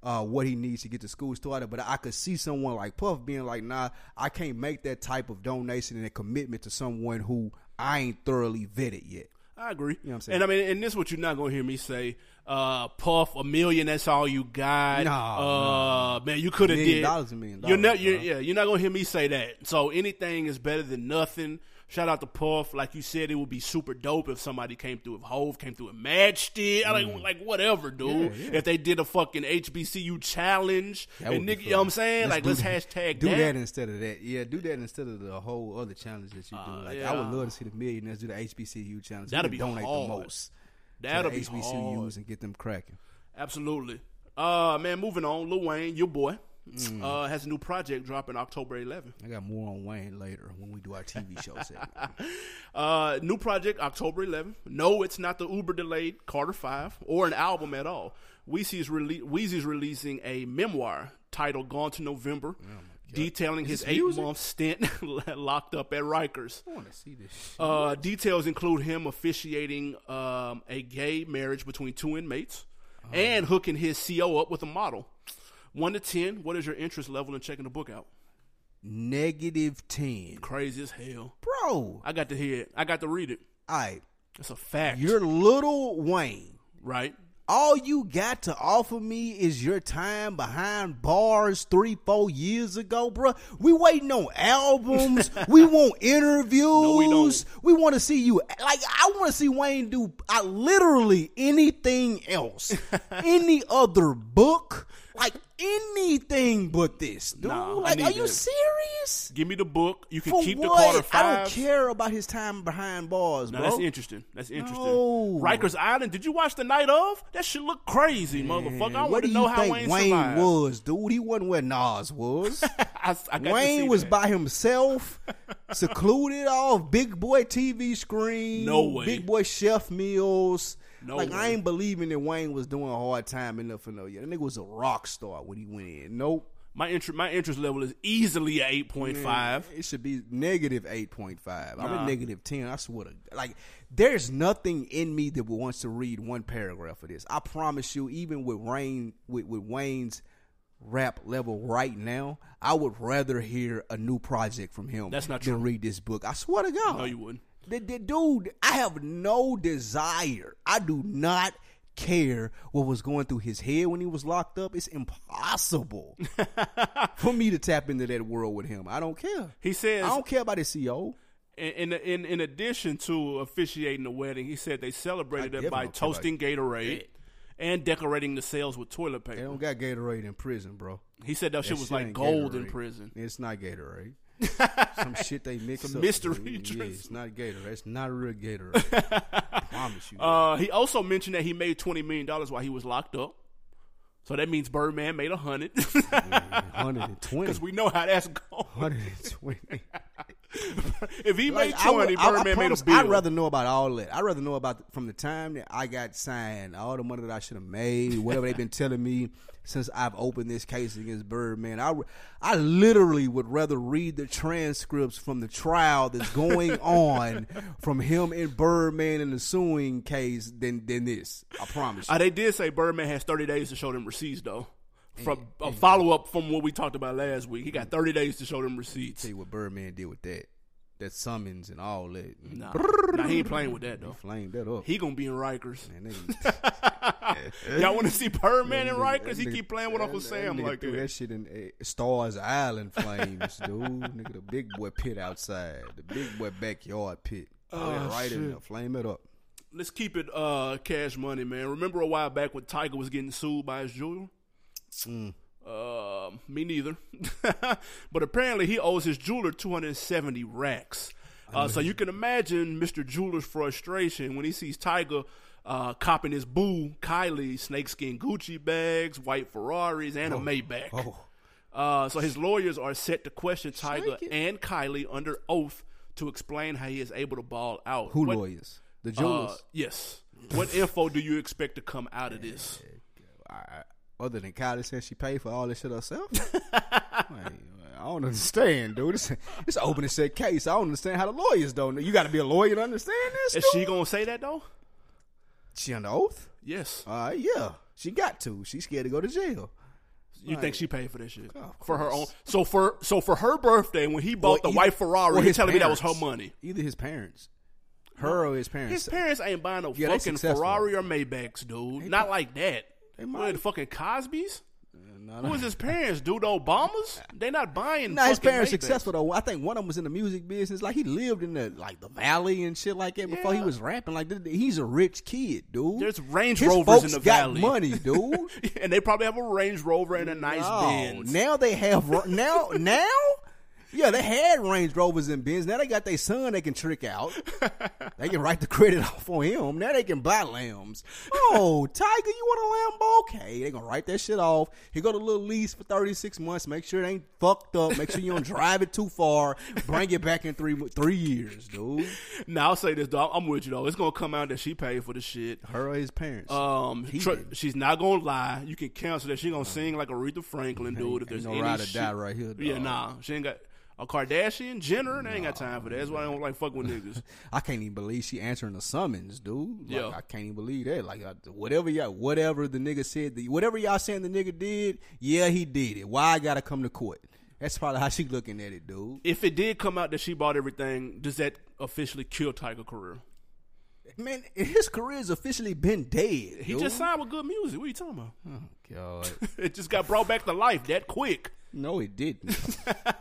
[SPEAKER 2] uh, what he needs to get the school started. But I could see someone like Puff being like, "Nah, I can't make that type of donation and a commitment to someone who I ain't thoroughly vetted yet."
[SPEAKER 1] I agree.
[SPEAKER 2] know what I'm saying?
[SPEAKER 1] And I mean, and this is what you're not gonna hear me say. Uh, Puff, a million, that's all you got.
[SPEAKER 2] No,
[SPEAKER 1] uh, man, you could have
[SPEAKER 2] Million
[SPEAKER 1] did
[SPEAKER 2] dollars is a million
[SPEAKER 1] You're not,
[SPEAKER 2] dollars,
[SPEAKER 1] you're,
[SPEAKER 2] bro.
[SPEAKER 1] yeah, you're not gonna hear me say that. So anything is better than nothing. Shout out to Puff, like you said, it would be super dope if somebody came through, if Hove came through and matched it. I
[SPEAKER 2] Mm.
[SPEAKER 1] like, like whatever, dude. If they did a fucking HBCU challenge,
[SPEAKER 2] That
[SPEAKER 1] and
[SPEAKER 2] would be
[SPEAKER 1] nigga,
[SPEAKER 2] fun.
[SPEAKER 1] you know what I'm saying, like
[SPEAKER 2] do
[SPEAKER 1] let's
[SPEAKER 2] that.
[SPEAKER 1] hashtag
[SPEAKER 2] do
[SPEAKER 1] that.
[SPEAKER 2] that. instead of that. Yeah, do that instead of the whole other challenge that you do. Like I
[SPEAKER 1] Uh, yeah.
[SPEAKER 2] would love to see the millionaires do the HBCU challenge.
[SPEAKER 1] That'd
[SPEAKER 2] That'll
[SPEAKER 1] be
[SPEAKER 2] donate
[SPEAKER 1] hard.
[SPEAKER 2] the most.
[SPEAKER 1] That'll
[SPEAKER 2] to
[SPEAKER 1] be
[SPEAKER 2] the HBCUs
[SPEAKER 1] hard.
[SPEAKER 2] and get them cracking.
[SPEAKER 1] Absolutely. Uh, man, moving on. Lil Wayne, your boy,
[SPEAKER 2] Mm.
[SPEAKER 1] uh, has a new project dropping October 11th.
[SPEAKER 2] I got more on Wayne later when we do our TV show segment.
[SPEAKER 1] Uh, new project October 11th. No, it's not the Uber delayed Carter Five or an album at all. Weezy's, rele- Weezy's releasing a memoir titled "Gone to November,"
[SPEAKER 2] Oh
[SPEAKER 1] detailing his
[SPEAKER 2] this
[SPEAKER 1] eight
[SPEAKER 2] music?
[SPEAKER 1] month stint locked up at Rikers.
[SPEAKER 2] I want to see this.
[SPEAKER 1] Uh, details include him officiating um, a gay marriage between two inmates
[SPEAKER 2] Oh.
[SPEAKER 1] and hooking his CO up with a model. One to ten, what is your interest level in checking the book out?
[SPEAKER 2] Negative ten,
[SPEAKER 1] Crazy as hell.
[SPEAKER 2] bro. All
[SPEAKER 1] I got to hear it. I got to read it.
[SPEAKER 2] right,
[SPEAKER 1] It's a fact,
[SPEAKER 2] you're little Wayne.
[SPEAKER 1] right?
[SPEAKER 2] All you got to offer me is your time behind bars three, four years ago, bruh. We waiting on albums. we want interviews.
[SPEAKER 1] we don't.
[SPEAKER 2] We want to see you. Like I want to see Wayne do I literally anything else, any other book, like anything but this, dude.
[SPEAKER 1] Nah, I
[SPEAKER 2] like,
[SPEAKER 1] need
[SPEAKER 2] are you
[SPEAKER 1] that.
[SPEAKER 2] serious?
[SPEAKER 1] Give me the book. You can
[SPEAKER 2] For
[SPEAKER 1] keep the
[SPEAKER 2] what?
[SPEAKER 1] Carter
[SPEAKER 2] I don't
[SPEAKER 1] Five.
[SPEAKER 2] care about his time behind bars,
[SPEAKER 1] Now,
[SPEAKER 2] bro.
[SPEAKER 1] that's interesting. That's interesting.
[SPEAKER 2] No.
[SPEAKER 1] Rikers Island. Did you watch the night of? That shit look crazy, motherfucker. I
[SPEAKER 2] what
[SPEAKER 1] want to
[SPEAKER 2] do you
[SPEAKER 1] know how
[SPEAKER 2] think
[SPEAKER 1] Wayne,
[SPEAKER 2] Wayne
[SPEAKER 1] survived.
[SPEAKER 2] was, dude? He wasn't where Nas was.
[SPEAKER 1] I, s- I got to see
[SPEAKER 2] Wayne was
[SPEAKER 1] that.
[SPEAKER 2] by himself, secluded off big boy TV screen.
[SPEAKER 1] No way.
[SPEAKER 2] Big boy chef meals.
[SPEAKER 1] No
[SPEAKER 2] like I
[SPEAKER 1] way.
[SPEAKER 2] ain't believing that Wayne was doing a hard time enough for no year. That nigga was a rock star when he went in. Nope.
[SPEAKER 1] My interest, my interest level is easily a eight point five.
[SPEAKER 2] It should be negative eight point five. I'm a negative ten. I swear to like, there's nothing in me that would wants to read one paragraph of this. I promise you, even with Rain with, with Wayne's rap level right now, I would rather hear a new project from him
[SPEAKER 1] That's not
[SPEAKER 2] than
[SPEAKER 1] true.
[SPEAKER 2] read this book. I swear to God.
[SPEAKER 1] No, you wouldn't.
[SPEAKER 2] The, the dude, I have no desire. I do not care what was going through his head when he was locked up. It's impossible for me to tap into that world with him. I don't care.
[SPEAKER 1] He says
[SPEAKER 2] I don't care about his E CO.
[SPEAKER 1] in, in in in addition to officiating the wedding, he said they celebrated
[SPEAKER 2] I
[SPEAKER 1] it by
[SPEAKER 2] definitely don't care
[SPEAKER 1] toasting Gatorade and decorating the cells with toilet
[SPEAKER 2] They
[SPEAKER 1] paper.
[SPEAKER 2] don't got Gatorade in prison, bro.
[SPEAKER 1] He said that, shit was like
[SPEAKER 2] ain't
[SPEAKER 1] gold in
[SPEAKER 2] Gatorade.
[SPEAKER 1] prison.
[SPEAKER 2] It's not Gatorade. Some shit they mix
[SPEAKER 1] Some
[SPEAKER 2] up.
[SPEAKER 1] mystery
[SPEAKER 2] dude. Yeah,
[SPEAKER 1] drink.
[SPEAKER 2] it's not Gatorade. It's not real Gatorade. I promise you.
[SPEAKER 1] Uh, he also mentioned that he made twenty million dollars while he was locked up. So that means Birdman made a hundred
[SPEAKER 2] 120.
[SPEAKER 1] because Uh, we know how that's going.
[SPEAKER 2] 120.
[SPEAKER 1] if he
[SPEAKER 2] Like,
[SPEAKER 1] made
[SPEAKER 2] I would-
[SPEAKER 1] twenty,
[SPEAKER 2] I- I
[SPEAKER 1] Birdman made
[SPEAKER 2] promise,
[SPEAKER 1] a bill.
[SPEAKER 2] I'd rather know about all that. I'd rather know about from the time that I got signed, all the money that I should have made, whatever they've been telling me since I've opened this case against Birdman. I, I literally would rather read the transcripts from the trial that's going on from him and Birdman in the suing case than than this. I promise.
[SPEAKER 1] Uh, they did say Birdman has 30 days to show them receipts, though. From a follow up from what we talked about last week, he got 30 days to show them receipts.
[SPEAKER 2] See what Birdman did with that, that summons and all that.
[SPEAKER 1] Nah, nah, he ain't playing with that though.
[SPEAKER 2] Flame that up.
[SPEAKER 1] He gonna be in Rikers.
[SPEAKER 2] Man, nigga-
[SPEAKER 1] Y'all want to see Birdman and Rikers? He
[SPEAKER 2] That nigga-
[SPEAKER 1] keep playing with
[SPEAKER 2] that-
[SPEAKER 1] Uncle
[SPEAKER 2] that
[SPEAKER 1] Sam
[SPEAKER 2] nigga
[SPEAKER 1] like
[SPEAKER 2] threw
[SPEAKER 1] that.
[SPEAKER 2] That shit in uh, Stars Island flames, dude. nigga, the big boy pit outside, the big boy backyard pit. Oh, yeah, right in there, flame it up.
[SPEAKER 1] Let's keep it uh, cash money, man. Remember a while back when Tiger was getting sued by his jeweler? Mm. Um, me neither. but apparently, he owes his jeweler 270 racks. Uh, so you can imagine Mr. Jeweler's frustration when he sees Tiger uh, copping his boo, Kylie, snakeskin Gucci bags, white Ferraris,
[SPEAKER 2] Oh.
[SPEAKER 1] and a Maybach. Uh, so his lawyers are set to question Tiger and Kylie under oath to explain how he is able to ball out.
[SPEAKER 2] Who
[SPEAKER 1] What-
[SPEAKER 2] lawyers? The
[SPEAKER 1] uh,
[SPEAKER 2] jewelers.
[SPEAKER 1] yes. What info do you expect to come out of this?
[SPEAKER 2] I- other than Kylie saying she paid for all this shit herself. Wait, I don't understand, dude. This this open and shut case. I don't understand how the lawyers don't. know. You got to be a lawyer to understand this.
[SPEAKER 1] Is
[SPEAKER 2] dude?
[SPEAKER 1] she gonna say that though?
[SPEAKER 2] She under oath?
[SPEAKER 1] Yes.
[SPEAKER 2] Uh, yeah, she got to. She's scared to go to jail.
[SPEAKER 1] You think she paid for that shit
[SPEAKER 2] Of
[SPEAKER 1] for her own?
[SPEAKER 2] course.
[SPEAKER 1] So for so for her birthday, when he bought the
[SPEAKER 2] either-
[SPEAKER 1] white Ferrari,
[SPEAKER 2] or
[SPEAKER 1] he's
[SPEAKER 2] his
[SPEAKER 1] telling me that was her
[SPEAKER 2] parents.
[SPEAKER 1] money.
[SPEAKER 2] Either his parents, her or his parents.
[SPEAKER 1] His parents ain't buying no
[SPEAKER 2] Yeah, they
[SPEAKER 1] fucking
[SPEAKER 2] successful.
[SPEAKER 1] Ferrari or Maybachs, dude. Not like that.
[SPEAKER 2] they
[SPEAKER 1] What,
[SPEAKER 2] might.
[SPEAKER 1] the fucking Cosby's?
[SPEAKER 2] no, no.
[SPEAKER 1] Who is his parents, dude? The Obamas? They not buying.
[SPEAKER 2] Nah, his
[SPEAKER 1] fucking
[SPEAKER 2] parents
[SPEAKER 1] Maybachs.
[SPEAKER 2] successful though. I think one of them was in the music business. Like he lived in the like the valley and shit like that before he
[SPEAKER 1] Yeah.
[SPEAKER 2] was rapping. Like th- th- he's a rich kid, dude.
[SPEAKER 1] There's Range
[SPEAKER 2] his
[SPEAKER 1] Rovers
[SPEAKER 2] folks
[SPEAKER 1] in the
[SPEAKER 2] got
[SPEAKER 1] valley.
[SPEAKER 2] money, dude.
[SPEAKER 1] and they probably have a Range Rover and a nice
[SPEAKER 2] no,
[SPEAKER 1] Benz.
[SPEAKER 2] Oh, now they have ro- now now. Yeah, they had Range Rovers and Benz. Now they got their son they can trick out. they can write the credit off on him. Now they can buy lambs. Oh, Tiger, you want a Lambo? Okay, they gonna write that shit off. He go to little lease for thirty six months. Make sure it ain't fucked up. Make sure you don't drive it too far. Bring it back in three mo- three years, dude.
[SPEAKER 1] now I'll say this, though. I'm with you though. It's gonna come out that she paid for the shit.
[SPEAKER 2] Her or his parents.
[SPEAKER 1] Um, tr- she's not gonna lie. You can cancel that. She gonna sing like Aretha Franklin, dude. If
[SPEAKER 2] ain't
[SPEAKER 1] there's
[SPEAKER 2] no
[SPEAKER 1] any
[SPEAKER 2] ride or
[SPEAKER 1] shit.
[SPEAKER 2] die right here,
[SPEAKER 1] Yeah,
[SPEAKER 2] dog.
[SPEAKER 1] nah. She ain't got a Kardashian, Jenner. They ain't got time for that. That's why I don't like fuck with niggas.
[SPEAKER 2] I can't even believe she answering the summons, dude. Like,
[SPEAKER 1] Yeah.
[SPEAKER 2] I can't even believe that. Like, I, whatever y'all, whatever the nigga said, the, whatever y'all saying the nigga did, yeah, he did it. Why I gotta come to court? That's probably how she looking at it, dude.
[SPEAKER 1] If it did come out that she bought everything, does that officially kill Tiger career?
[SPEAKER 2] Man, his career's officially been dead.
[SPEAKER 1] He just signed with good music. What are you talking about?
[SPEAKER 2] God.
[SPEAKER 1] It just got brought back to life that quick.
[SPEAKER 2] No, it didn't.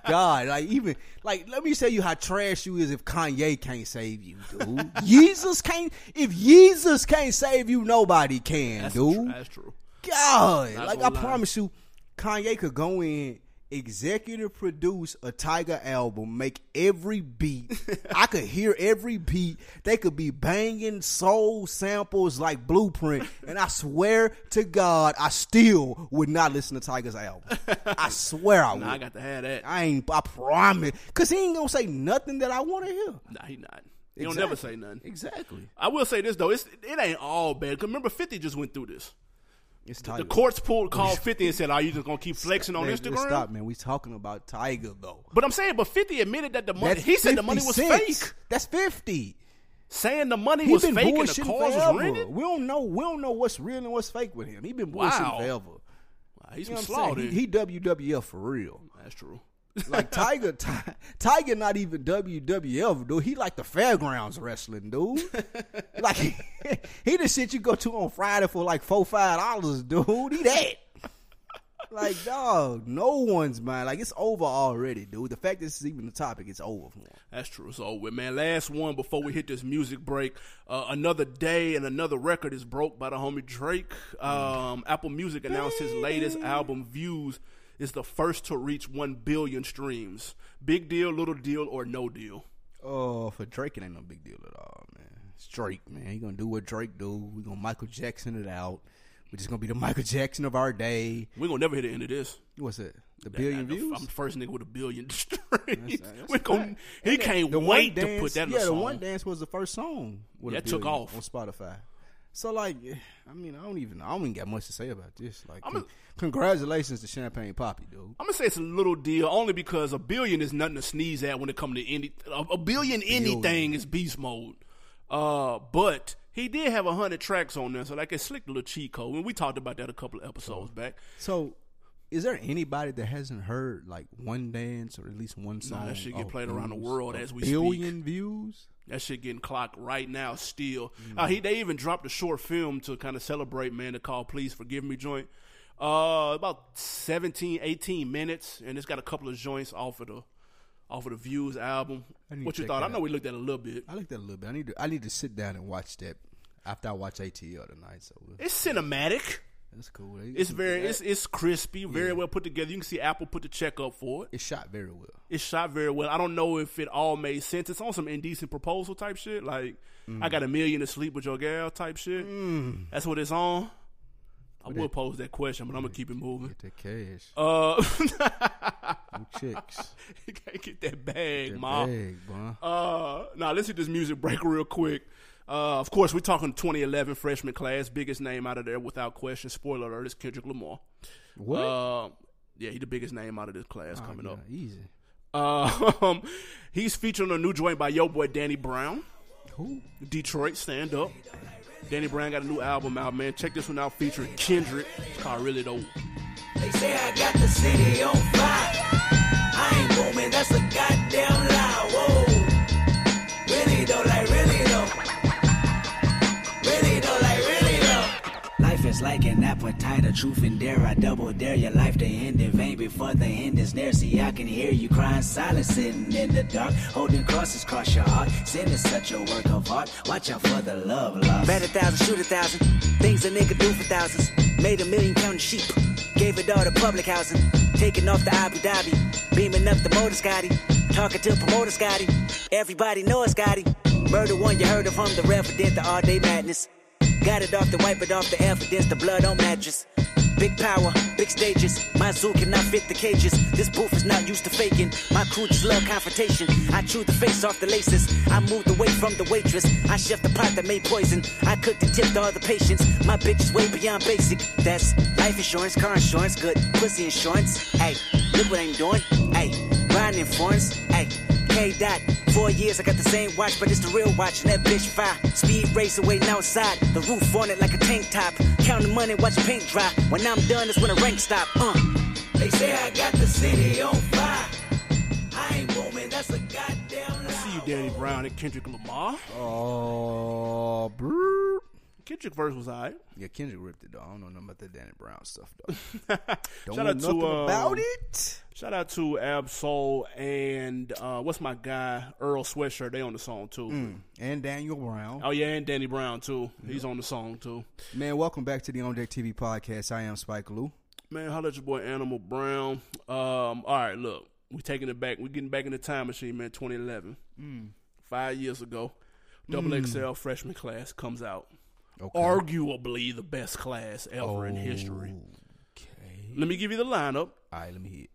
[SPEAKER 2] God, like even like let me tell you how trash you is if Kanye can't save you, dude. Jesus can't if Jesus can't save you, nobody can,
[SPEAKER 1] That's,
[SPEAKER 2] dude.
[SPEAKER 1] tr- that's true.
[SPEAKER 2] God,
[SPEAKER 1] Not
[SPEAKER 2] like I
[SPEAKER 1] gonna lie.
[SPEAKER 2] promise you, Kanye could go in, executive produce a Tiger album, make every beat. I could hear every beat. They could be banging soul samples like Blueprint, and I swear to God, I still would not listen to Tiger's album. I swear I would.
[SPEAKER 1] Nah, I got to have that.
[SPEAKER 2] I ain't. I promise, cause he ain't gonna say nothing that I want to hear.
[SPEAKER 1] Nah, he not. He don't never say nothing.
[SPEAKER 2] Exactly.
[SPEAKER 1] I will say this though, it's it ain't all bad. 'Cause remember, Fifty just went through this.
[SPEAKER 2] It's Tiger.
[SPEAKER 1] The courts pulled called Fifty and said, "Are you just gonna keep flexing on
[SPEAKER 2] Man,
[SPEAKER 1] Instagram?"
[SPEAKER 2] Stop, man. We talking about Tiger though.
[SPEAKER 1] But I'm saying, but 50 admitted that the money,
[SPEAKER 2] That's
[SPEAKER 1] he said the money
[SPEAKER 2] 50
[SPEAKER 1] was
[SPEAKER 2] cents.
[SPEAKER 1] fake.
[SPEAKER 2] That's fifty.
[SPEAKER 1] Saying the money
[SPEAKER 2] He
[SPEAKER 1] was
[SPEAKER 2] been
[SPEAKER 1] fake and the
[SPEAKER 2] bullshitting
[SPEAKER 1] cars was
[SPEAKER 2] forever.
[SPEAKER 1] rented.
[SPEAKER 2] We don't know. We don't know what's real and what's fake with him. He been bullshitting
[SPEAKER 1] Wow.
[SPEAKER 2] forever.
[SPEAKER 1] Wow, he's
[SPEAKER 2] You know
[SPEAKER 1] some
[SPEAKER 2] what I'm
[SPEAKER 1] slaughtered.
[SPEAKER 2] saying? He, he WWF for real.
[SPEAKER 1] That's true.
[SPEAKER 2] Like Tiger, Ti- Tiger not even WWF dude. He like the fairgrounds wrestling dude. like he, he the shit you go to on Friday for like four five dollars, dude. He that. Like dog, no one's mind. Like it's over already, dude. The fact this is even the topic, it's over for him.
[SPEAKER 1] That's true. So, well, man, last one before we hit this music break. Uh, another day and another record is broke by the homie Drake. Um, Apple Music announced his latest album, Views, is the first to reach 1 billion streams. Big deal, little deal, or no deal.
[SPEAKER 2] Oh, for Drake, it ain't no big deal at all, man. It's Drake, man. He gonna do what Drake do. We gonna Michael Jackson it out. We're just gonna be the Michael Jackson of our day.
[SPEAKER 1] We're gonna never hit the end of this.
[SPEAKER 2] What's it? The billion
[SPEAKER 1] I'm the-
[SPEAKER 2] views.
[SPEAKER 1] I'm the first nigga with a billion streams.
[SPEAKER 2] that's
[SPEAKER 1] We
[SPEAKER 2] a
[SPEAKER 1] gon-
[SPEAKER 2] fact.
[SPEAKER 1] he
[SPEAKER 2] And that-
[SPEAKER 1] can't
[SPEAKER 2] the One
[SPEAKER 1] wait to
[SPEAKER 2] Dance-
[SPEAKER 1] put that in
[SPEAKER 2] yeah,
[SPEAKER 1] a song.
[SPEAKER 2] the one dance was the first song. with a
[SPEAKER 1] That took
[SPEAKER 2] billion
[SPEAKER 1] off.
[SPEAKER 2] on Spotify. So like, I mean, I don't even, I don't even got much to say about this. Like,
[SPEAKER 1] I'm a-
[SPEAKER 2] con- congratulations to Champagne Poppy, dude.
[SPEAKER 1] I'm gonna say it's a little deal only because a billion is nothing to sneeze at when it comes to any a, a billion anything is beast mode. Uh, but he did have a hundred tracks on there, so like it slicked a little cheat code. And we talked about that a couple of episodes back.
[SPEAKER 2] So, is there anybody that hasn't heard like one dance or at least one song?
[SPEAKER 1] that shit get
[SPEAKER 2] of
[SPEAKER 1] played around the
[SPEAKER 2] those-
[SPEAKER 1] world
[SPEAKER 2] of
[SPEAKER 1] as we
[SPEAKER 2] billion views.
[SPEAKER 1] That shit getting clocked right now still.
[SPEAKER 2] Mm-hmm.
[SPEAKER 1] Uh, he they even dropped a short film to kind of celebrate, man, to call Please Forgive Me joint. Uh, about 17, 18 minutes, and it's got a couple of joints off of the off of the Views album.
[SPEAKER 2] I need to
[SPEAKER 1] What you
[SPEAKER 2] check
[SPEAKER 1] thought?
[SPEAKER 2] that
[SPEAKER 1] I know we looked at it a little bit.
[SPEAKER 2] I like that a little bit. I need to, I need to sit down and watch that after I watch ATL tonight. So
[SPEAKER 1] It's cinematic.
[SPEAKER 2] that's cool. They-
[SPEAKER 1] It's very it's it's crispy, very well put together. You can see Apple put the check up for it.
[SPEAKER 2] it's shot very well.
[SPEAKER 1] It's shot very well. I don't know if it all made sense. It's on some indecent proposal type shit. Like I got a million to sleep with your gal type shit.
[SPEAKER 2] Mm.
[SPEAKER 1] That's what it's on. I would pose that question,
[SPEAKER 2] Mm.
[SPEAKER 1] but I'm gonna keep it moving.
[SPEAKER 2] Get the cash,
[SPEAKER 1] Uh,
[SPEAKER 2] Them chicks.
[SPEAKER 1] you can't get that bag,
[SPEAKER 2] That
[SPEAKER 1] Uh, ma.
[SPEAKER 2] bag, boy.
[SPEAKER 1] Uh, now let's hit this music break real quick. Uh, of course, we're talking 2011 freshman class, biggest name out of there without question. Spoiler alert: it's Kendrick Lamar.
[SPEAKER 2] What?
[SPEAKER 1] Uh, yeah, he the biggest name out of this class coming up.
[SPEAKER 2] Oh, Yeah, easy.
[SPEAKER 1] Um, he's featuring a new joint by yo boy Danny Brown,
[SPEAKER 2] Who?
[SPEAKER 1] Detroit stand up. Danny Brown got a new album out, man. Check this one out featuring Kendrick. It's called Really Dope.
[SPEAKER 3] They say I got the city on fire. I ain't booming, that's a goddamn lie. Whoa. Really though, like really though. Really though, like really though. Life is like an appetite, a truth and dare. I double dare your life to end in vain before the end is near. See, I can hear you crying silent, sitting in the dark. Holding crosses cross your heart. Sin is such a work of art. Watch out for the love lost.
[SPEAKER 4] Bet a thousand, shoot a thousand. Things a nigga do for thousands. Made a million counting sheep. Gave it all to public housing. Taking off to Abu Dhabi. Beaming up the motor Scotty. Talking to promoter Scotty. Everybody knows Scotty. Murder one you heard of him, the reverend did the all day madness. Got it off to wipe it off the evidence, the blood on mattress. Big power, big stages. My zoo cannot fit the cages. This booth is not used to faking. My crew just love confrontation. I chew the face off the laces. I moved away from the waitress. I chef the pot that made poison. I cooked and tipped all the patients. My bitch is way beyond basic. That's life insurance, car insurance, good pussy insurance. Hey, look what I'm doing. Hey, riding in Florence. Hey, K dot. Four years, I got the same watch, but it's the real watch, and that bitch fire. Speed racer waiting outside, the roof on it like a tank top. Counting money, watch paint dry. When I'm done, it's when the rank stop. Uh.
[SPEAKER 3] They say I got the city on fire. I ain't booming, that's a goddamn lie.
[SPEAKER 1] See you, Danny Brown and Kendrick Lamar.
[SPEAKER 2] Oh, brr.
[SPEAKER 1] Kendrick verse was alright.
[SPEAKER 2] Yeah, Kendrick ripped it though. I don't know nothing about that Danny Brown stuff though. Don't
[SPEAKER 1] shout
[SPEAKER 2] know
[SPEAKER 1] out
[SPEAKER 2] nothing
[SPEAKER 1] to um,
[SPEAKER 2] about it.
[SPEAKER 1] Shout out to Absol and uh, what's my guy Earl Sweatshirt. They on the song too.
[SPEAKER 2] And Daniel Brown.
[SPEAKER 1] Oh yeah, and Danny Brown too. He's on the song too.
[SPEAKER 2] Man, welcome back to the On Deck TV podcast. I am Spike Lou.
[SPEAKER 1] Man, holla at your boy Animal Brown. Um, all right, look, we taking it back. We getting back in the time machine, man. 2011, five years ago. Double XL freshman class comes out. Arguably the best class ever in history.
[SPEAKER 2] Okay.
[SPEAKER 1] Let me give you the lineup:
[SPEAKER 2] All right, let me hit.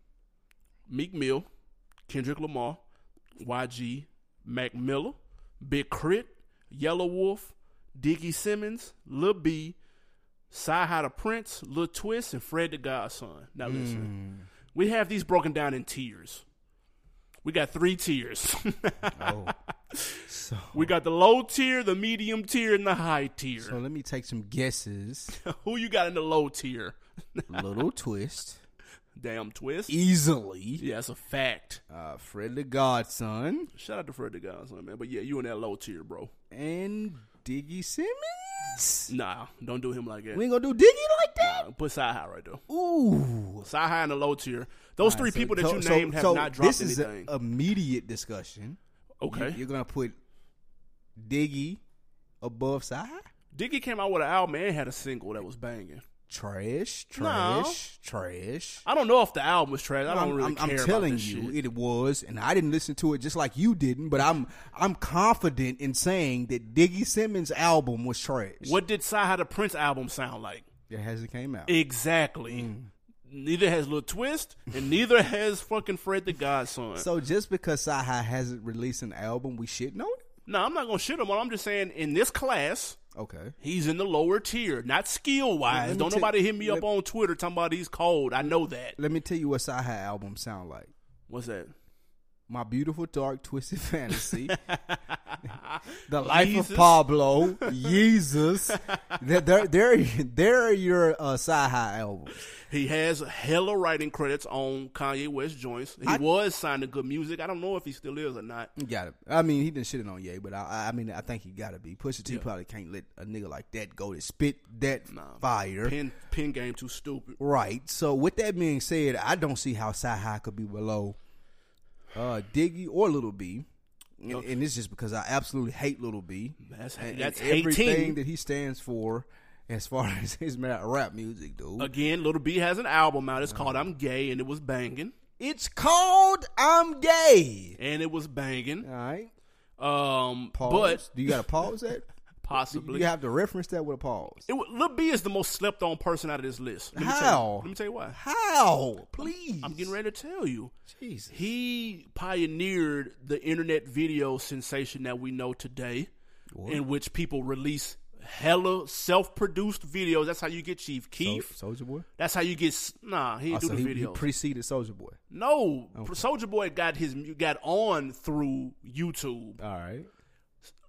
[SPEAKER 1] Meek Mill, Kendrick Lamar, YG, Mac Miller, Big Crit, Yellow Wolf, Diggy Simmons, Lil B, Cy High the Prince, Lil Twist, and Fred the Godson. Now listen, we have these broken down in tiers. We got three tiers.
[SPEAKER 2] Oh. so,
[SPEAKER 1] we got the low tier, the medium tier, and the high tier.
[SPEAKER 2] so let me take some guesses.
[SPEAKER 1] Who you got in the low tier?
[SPEAKER 2] Little twist.
[SPEAKER 1] Damn
[SPEAKER 2] E
[SPEAKER 1] Twist.
[SPEAKER 2] Easily.
[SPEAKER 1] Yeah, that's a fact.
[SPEAKER 2] Uh, Fred the Godson
[SPEAKER 1] Shout out to Fred the Godson, man. But yeah, you in that low tier, bro.
[SPEAKER 2] and Diggy Simmons.
[SPEAKER 1] Nah, don't do him like that.
[SPEAKER 2] We ain't gonna do Diggy like that.
[SPEAKER 1] Put Sci High right there.
[SPEAKER 2] Ooh.
[SPEAKER 1] Sci High in the low tier. Those three people that
[SPEAKER 2] So-
[SPEAKER 1] you
[SPEAKER 2] so-
[SPEAKER 1] named have
[SPEAKER 2] so
[SPEAKER 1] not dropped
[SPEAKER 2] this is
[SPEAKER 1] anything.
[SPEAKER 2] an immediate discussion. You-
[SPEAKER 1] okay.
[SPEAKER 2] You're gonna put Diggy above side.
[SPEAKER 1] Diggy came out with an album and had a single that was banging.
[SPEAKER 2] Trash,
[SPEAKER 1] No.
[SPEAKER 2] trash, trash.
[SPEAKER 1] I don't know if the album was trash. I don't
[SPEAKER 2] I'm-
[SPEAKER 1] really
[SPEAKER 2] I'm,
[SPEAKER 1] care
[SPEAKER 2] I'm
[SPEAKER 1] about
[SPEAKER 2] telling
[SPEAKER 1] this
[SPEAKER 2] you,
[SPEAKER 1] shit.
[SPEAKER 2] it was, and I didn't listen to it just like you didn't. But I'm, I'm confident in saying that Diggy Simmons' album was trash.
[SPEAKER 1] What did Sci High the Prince album sound like?
[SPEAKER 2] That hasn't came out.
[SPEAKER 1] Exactly.
[SPEAKER 2] Mm.
[SPEAKER 1] Neither has Lil Twist, and neither has fucking Fred the Godson.
[SPEAKER 2] So just because Sci hasn't released an album, we shit know it.
[SPEAKER 1] no, I'm not gonna shit him on. I'm just saying in this class,
[SPEAKER 2] Okay.
[SPEAKER 1] he's in the lower tier, not skill
[SPEAKER 2] Let
[SPEAKER 1] wise.
[SPEAKER 2] me
[SPEAKER 1] Don't
[SPEAKER 2] tell-
[SPEAKER 1] nobody hit me up
[SPEAKER 2] let-
[SPEAKER 1] on Twitter talking about he's cold. I know that.
[SPEAKER 2] Let me tell you what Sci album sound like.
[SPEAKER 1] What's that?
[SPEAKER 2] My beautiful dark twisted fantasy, the life
[SPEAKER 1] Jesus.
[SPEAKER 2] of Pablo, Jesus. they're they're they're, they're your uh, Sci albums.
[SPEAKER 1] He has hella writing credits on Kanye West joints. He was signed to Good Music. I don't know if he still is or not.
[SPEAKER 2] Got it. I mean, he didn't shit it on Ye, but I- I, I mean, I think he got to be. Pusha T probably can't let a nigga like that go to spit that fire.
[SPEAKER 1] Pin pin game too stupid.
[SPEAKER 2] Right. So with that being said, I don't see how Sci could be below uh, Diggy or Little B. And, and it's just because I absolutely hate Little B.
[SPEAKER 1] That's
[SPEAKER 2] and,
[SPEAKER 1] that's
[SPEAKER 2] and everything
[SPEAKER 1] hating.
[SPEAKER 2] that he stands for as far as his ma- rap music, dude.
[SPEAKER 1] Again, Little B has an album out. It's called "I'm Gay" and it was banging,
[SPEAKER 2] It's called I'm Gay.
[SPEAKER 1] and it was banging.
[SPEAKER 2] All right.
[SPEAKER 1] Um,
[SPEAKER 2] Pause.
[SPEAKER 1] but
[SPEAKER 2] Do you got to pause that? Do
[SPEAKER 1] possibly
[SPEAKER 2] you have to reference that with a pause?
[SPEAKER 1] It, Lil B is the most slept on person out of this list. Let me Tell you,
[SPEAKER 2] How?
[SPEAKER 1] let me tell you why.
[SPEAKER 2] How? Please.
[SPEAKER 1] I'm getting ready to tell you.
[SPEAKER 2] Jesus.
[SPEAKER 1] He pioneered the internet video sensation that we know today, in which people release hella self produced videos. That's how you get Chief Keef.
[SPEAKER 2] Soldier Boy?
[SPEAKER 1] That's how you get. s- Nah, he didn't
[SPEAKER 2] Also,
[SPEAKER 1] do
[SPEAKER 2] he,
[SPEAKER 1] the
[SPEAKER 2] he
[SPEAKER 1] videos.
[SPEAKER 2] preceded Soldier Boy.
[SPEAKER 1] no, Soldier Boy got his mu- got on through YouTube.
[SPEAKER 2] All right.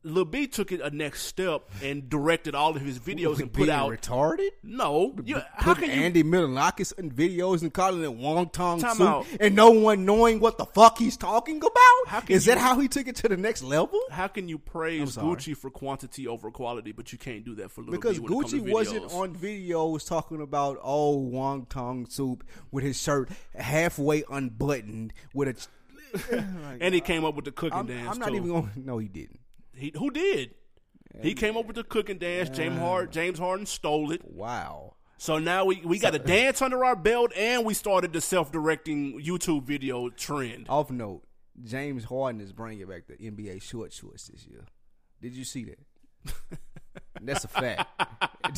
[SPEAKER 1] Lil B took it a next step and directed all of his videos and put
[SPEAKER 2] Being
[SPEAKER 1] out.
[SPEAKER 2] retarded?
[SPEAKER 1] no, you, how
[SPEAKER 2] putting
[SPEAKER 1] can you
[SPEAKER 2] Andy Milonakis in videos and calling it Wong Tong
[SPEAKER 1] Time
[SPEAKER 2] soup
[SPEAKER 1] out.
[SPEAKER 2] and no one knowing what the fuck he's talking about?
[SPEAKER 1] How can
[SPEAKER 2] Is that
[SPEAKER 1] you-
[SPEAKER 2] how he took it to the next level?
[SPEAKER 1] how can you praise
[SPEAKER 2] sorry.
[SPEAKER 1] Gucci for quantity over quality, but you can't do that for Lil
[SPEAKER 2] Because
[SPEAKER 1] B when it comes to
[SPEAKER 2] Gucci wasn't
[SPEAKER 1] videos?
[SPEAKER 2] on videos talking about oh Wong Tong soup with his shirt halfway unbuttoned with a.
[SPEAKER 1] and he came up with the cooking
[SPEAKER 2] I'm,
[SPEAKER 1] dance
[SPEAKER 2] I'm not
[SPEAKER 1] too.
[SPEAKER 2] even going. to No, he didn't.
[SPEAKER 1] He, who did? He came up with the cooking dance. James Harden, James Harden stole it.
[SPEAKER 2] Wow.
[SPEAKER 1] So now we, we got a dance under our belt, and we started the self directing YouTube video trend.
[SPEAKER 2] Off note, James Harden is bringing back the NBA short shorts this year. Did you see that? That's a fact.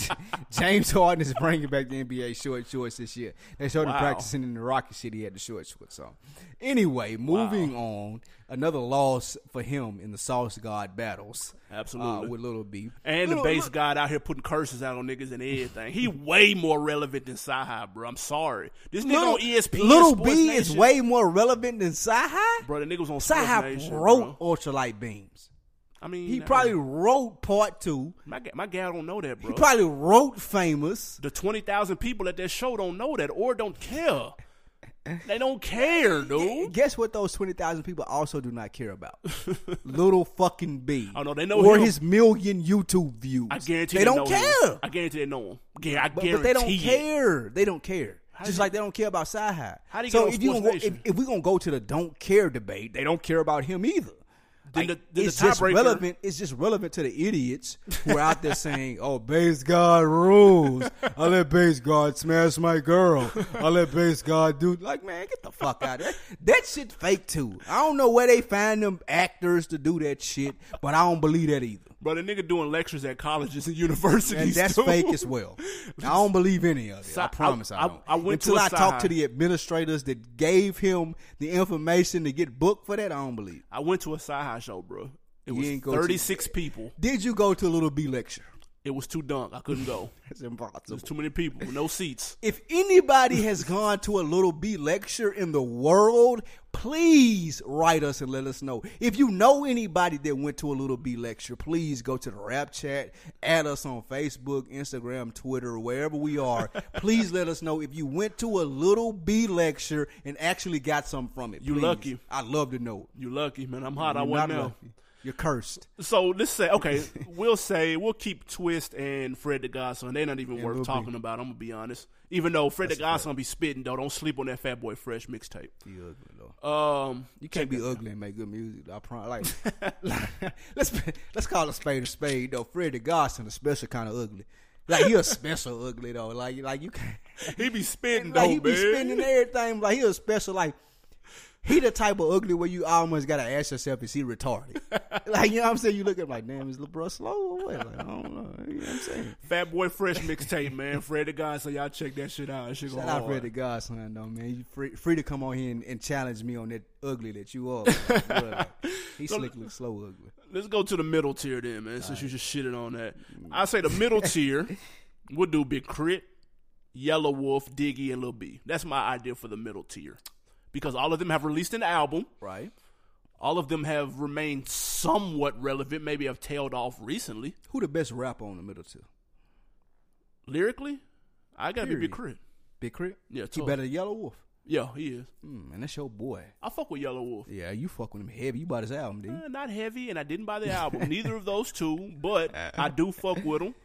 [SPEAKER 2] James Harden is bringing back the NBA short shorts this year. They showed him
[SPEAKER 1] Wow.
[SPEAKER 2] practicing in the Rocky City at the short shorts. So, anyway, moving on. Another loss for him in the Sauce God battles.
[SPEAKER 1] Absolutely.
[SPEAKER 2] uh, with Little B
[SPEAKER 1] And the
[SPEAKER 2] Lil-
[SPEAKER 1] bass god out here putting curses out on niggas and everything. He way more relevant than Saha, bro. I'm sorry. This nigga
[SPEAKER 2] Little,
[SPEAKER 1] on E ESPN.
[SPEAKER 2] Little
[SPEAKER 1] Sports
[SPEAKER 2] B
[SPEAKER 1] Nation,
[SPEAKER 2] is way more relevant than Sahai.
[SPEAKER 1] Bro, the nigga was on Sports
[SPEAKER 2] Sahai
[SPEAKER 1] Nation,
[SPEAKER 2] wrote
[SPEAKER 1] bro.
[SPEAKER 2] Ultralight Beams.
[SPEAKER 1] I mean,
[SPEAKER 2] He
[SPEAKER 1] uh,
[SPEAKER 2] probably wrote part two.
[SPEAKER 1] My ga- my gal don't know that, bro.
[SPEAKER 2] He probably wrote famous.
[SPEAKER 1] the twenty thousand people at that show don't know that or don't care. They don't care, dude.
[SPEAKER 2] Guess what? Those twenty thousand people also do not care about little fucking B.
[SPEAKER 1] Oh, no, they know
[SPEAKER 2] or
[SPEAKER 1] him.
[SPEAKER 2] his million YouTube views.
[SPEAKER 1] I guarantee
[SPEAKER 2] they, don't
[SPEAKER 1] know him.
[SPEAKER 2] care.
[SPEAKER 1] I guarantee they know him. Yeah, I
[SPEAKER 2] but,
[SPEAKER 1] guarantee
[SPEAKER 2] but they don't
[SPEAKER 1] it.
[SPEAKER 2] care. They don't care. Just like they don't care about Sci High.
[SPEAKER 1] How do you
[SPEAKER 2] so
[SPEAKER 1] get on
[SPEAKER 2] if, you
[SPEAKER 1] Sports
[SPEAKER 2] gonna go,
[SPEAKER 1] Nation?
[SPEAKER 2] if, if we're gonna go to the don't care debate, they don't care about him either.
[SPEAKER 1] Then the- then the
[SPEAKER 2] it's just
[SPEAKER 1] tiebreaker-
[SPEAKER 2] relevant. It's just relevant to the idiots who are out there saying, "Oh, base God rules. I let base God smash my girl. I let base God do." Like, man, get the fuck out of there. That shit fake too. I don't know where they find them actors to do that shit, but I don't believe that either.
[SPEAKER 1] Bro, the nigga doing lectures at colleges and universities.
[SPEAKER 2] And that's
[SPEAKER 1] too.
[SPEAKER 2] fake as well. I don't believe any of it.
[SPEAKER 1] Si-
[SPEAKER 2] I promise I,
[SPEAKER 1] I-
[SPEAKER 2] don't.
[SPEAKER 1] I went to
[SPEAKER 2] Until
[SPEAKER 1] a
[SPEAKER 2] I talk
[SPEAKER 1] si-
[SPEAKER 2] to the administrators that gave him the information to get booked for that, I don't believe.
[SPEAKER 1] I went to a sci show, bro. It
[SPEAKER 2] You
[SPEAKER 1] was
[SPEAKER 2] ain't go to-
[SPEAKER 1] thirty six people.
[SPEAKER 2] Did you go to a little B lecture?
[SPEAKER 1] It was too dunk. I couldn't go.
[SPEAKER 2] That's impossible.
[SPEAKER 1] There's too many people. No seats.
[SPEAKER 2] If anybody has gone to a little B lecture in the world, please write us and let us know. If you know anybody that went to a little B lecture, please go to the rap chat, add us on Facebook, Instagram, Twitter, wherever we are. please let us know if you went to a little B lecture and actually got something from it.
[SPEAKER 1] You
[SPEAKER 2] please.
[SPEAKER 1] lucky.
[SPEAKER 2] I'd love to know.
[SPEAKER 1] You lucky, man. I'm hot. I
[SPEAKER 2] You're
[SPEAKER 1] wasn't
[SPEAKER 2] not
[SPEAKER 1] there.
[SPEAKER 2] lucky. You're cursed.
[SPEAKER 1] So let's say okay, we'll say we'll keep Twist and Fred the Godson. They're not even
[SPEAKER 2] Lil
[SPEAKER 1] worth
[SPEAKER 2] B.
[SPEAKER 1] talking about. I'm gonna be honest. Even though Fred the Godson be spitting though, don't sleep on that Fat Boy Fresh mixtape. Um,
[SPEAKER 2] You can't be ugly and make good music. though. I promise. Like, let's let's call a spade a spade though. Freddie Garson, a special kind of ugly. Like he a special ugly though. Like like you can't.
[SPEAKER 1] he be spitting
[SPEAKER 2] Like
[SPEAKER 1] though,
[SPEAKER 2] he be
[SPEAKER 1] man.
[SPEAKER 2] spending everything. Like he a special like. He the type of ugly where you almost gotta ask yourself, is he retarded? like you know what I'm saying? You look at him like, damn, is LeBron slow or what? Like, I don't know. You know what I'm saying?
[SPEAKER 1] Fat Boy Fresh mixtape, man. Fred the God, so y'all check that shit out. That shit go
[SPEAKER 2] Shout out
[SPEAKER 1] hard.
[SPEAKER 2] Fred the Godson though, man. You free, free to come on here and, and challenge me on that ugly that you are. Like, bro, like, he slick look slow ugly.
[SPEAKER 1] Let's go to the middle tier then, man, since you just shitted on that. I say the middle tier would do Big Crit, Yellow Wolf, Diggy, and Lil B. That's my idea for the middle tier. Because all of them have released an album.
[SPEAKER 2] Right.
[SPEAKER 1] All of them have remained somewhat relevant, maybe have tailed off recently.
[SPEAKER 2] Who the best rapper on the middle tier?
[SPEAKER 1] Lyrically, I gotta be Big
[SPEAKER 2] Period.
[SPEAKER 1] Crit.
[SPEAKER 2] Big Crit?
[SPEAKER 1] Yeah,
[SPEAKER 2] He
[SPEAKER 1] totally.
[SPEAKER 2] better than Yellow Wolf.
[SPEAKER 1] Yeah, he is.
[SPEAKER 2] Mm, and that's your boy.
[SPEAKER 1] I fuck with Yellow Wolf.
[SPEAKER 2] Yeah, you fuck with him heavy. You bought his album, didn't you?
[SPEAKER 1] Uh, not heavy, and I didn't buy the album. Neither of those two, but I do fuck with him.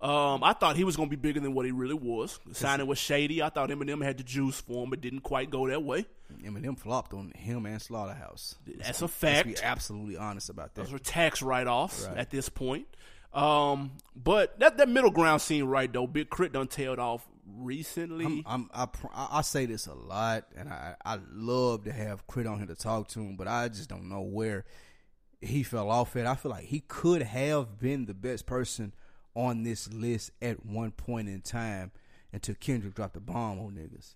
[SPEAKER 1] Um, I thought he was gonna be bigger than what he really was. Signing was shady. I thought Eminem had the juice for him, but didn't quite go that way.
[SPEAKER 2] Eminem flopped on him and Slaughterhouse.
[SPEAKER 1] That's a
[SPEAKER 2] Let's be
[SPEAKER 1] fact.
[SPEAKER 2] absolutely honest about that.
[SPEAKER 1] Those are tax write-offs at this point. Um, but that that middle ground scene, right though, Big Crit done tailed off recently.
[SPEAKER 2] I'm, I'm, I, pr- I I say this a lot, and I, I love to have Crit on here to talk to him, but I just don't know where he fell off at. I feel like he could have been the best person on this list at one point in time until Kendrick dropped the bomb on niggas.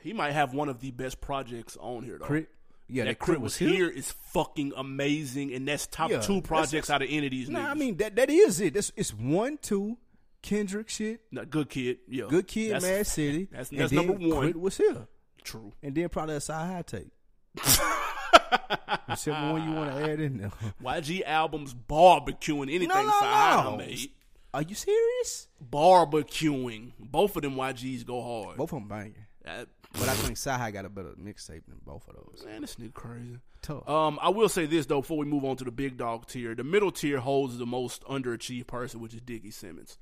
[SPEAKER 1] he might have one of the best projects on here though.
[SPEAKER 2] Crit? Yeah,
[SPEAKER 1] that, Crit was here is fucking amazing, and that's top
[SPEAKER 2] Yeah,
[SPEAKER 1] two
[SPEAKER 2] that's-
[SPEAKER 1] projects out of any of these.
[SPEAKER 2] No,
[SPEAKER 1] niggas.
[SPEAKER 2] I mean, that that is it. That's, it's one, two, Kendrick shit.
[SPEAKER 1] No, good kid. Yeah,
[SPEAKER 2] Good Kid,
[SPEAKER 1] That's
[SPEAKER 2] Mad City.
[SPEAKER 1] that's-
[SPEAKER 2] and
[SPEAKER 1] that's
[SPEAKER 2] then
[SPEAKER 1] number one.
[SPEAKER 2] Crit was here.
[SPEAKER 1] True.
[SPEAKER 2] And then probably a side high take. Whichever one you want to add in there.
[SPEAKER 1] YG albums barbecuing anything
[SPEAKER 2] No, no,
[SPEAKER 1] Sahara
[SPEAKER 2] no.
[SPEAKER 1] made.
[SPEAKER 2] Are you serious?
[SPEAKER 1] Barbecuing. Both of them YGs go hard.
[SPEAKER 2] Both of them banging.
[SPEAKER 1] That-
[SPEAKER 2] But I think Sci High got a better mixtape than both of those.
[SPEAKER 1] man, this nigga crazy.
[SPEAKER 2] Tough.
[SPEAKER 1] Um, I will say this though, before we move on to the big dog tier, the middle tier holds the most underachieved person, which is Diggy Simmons.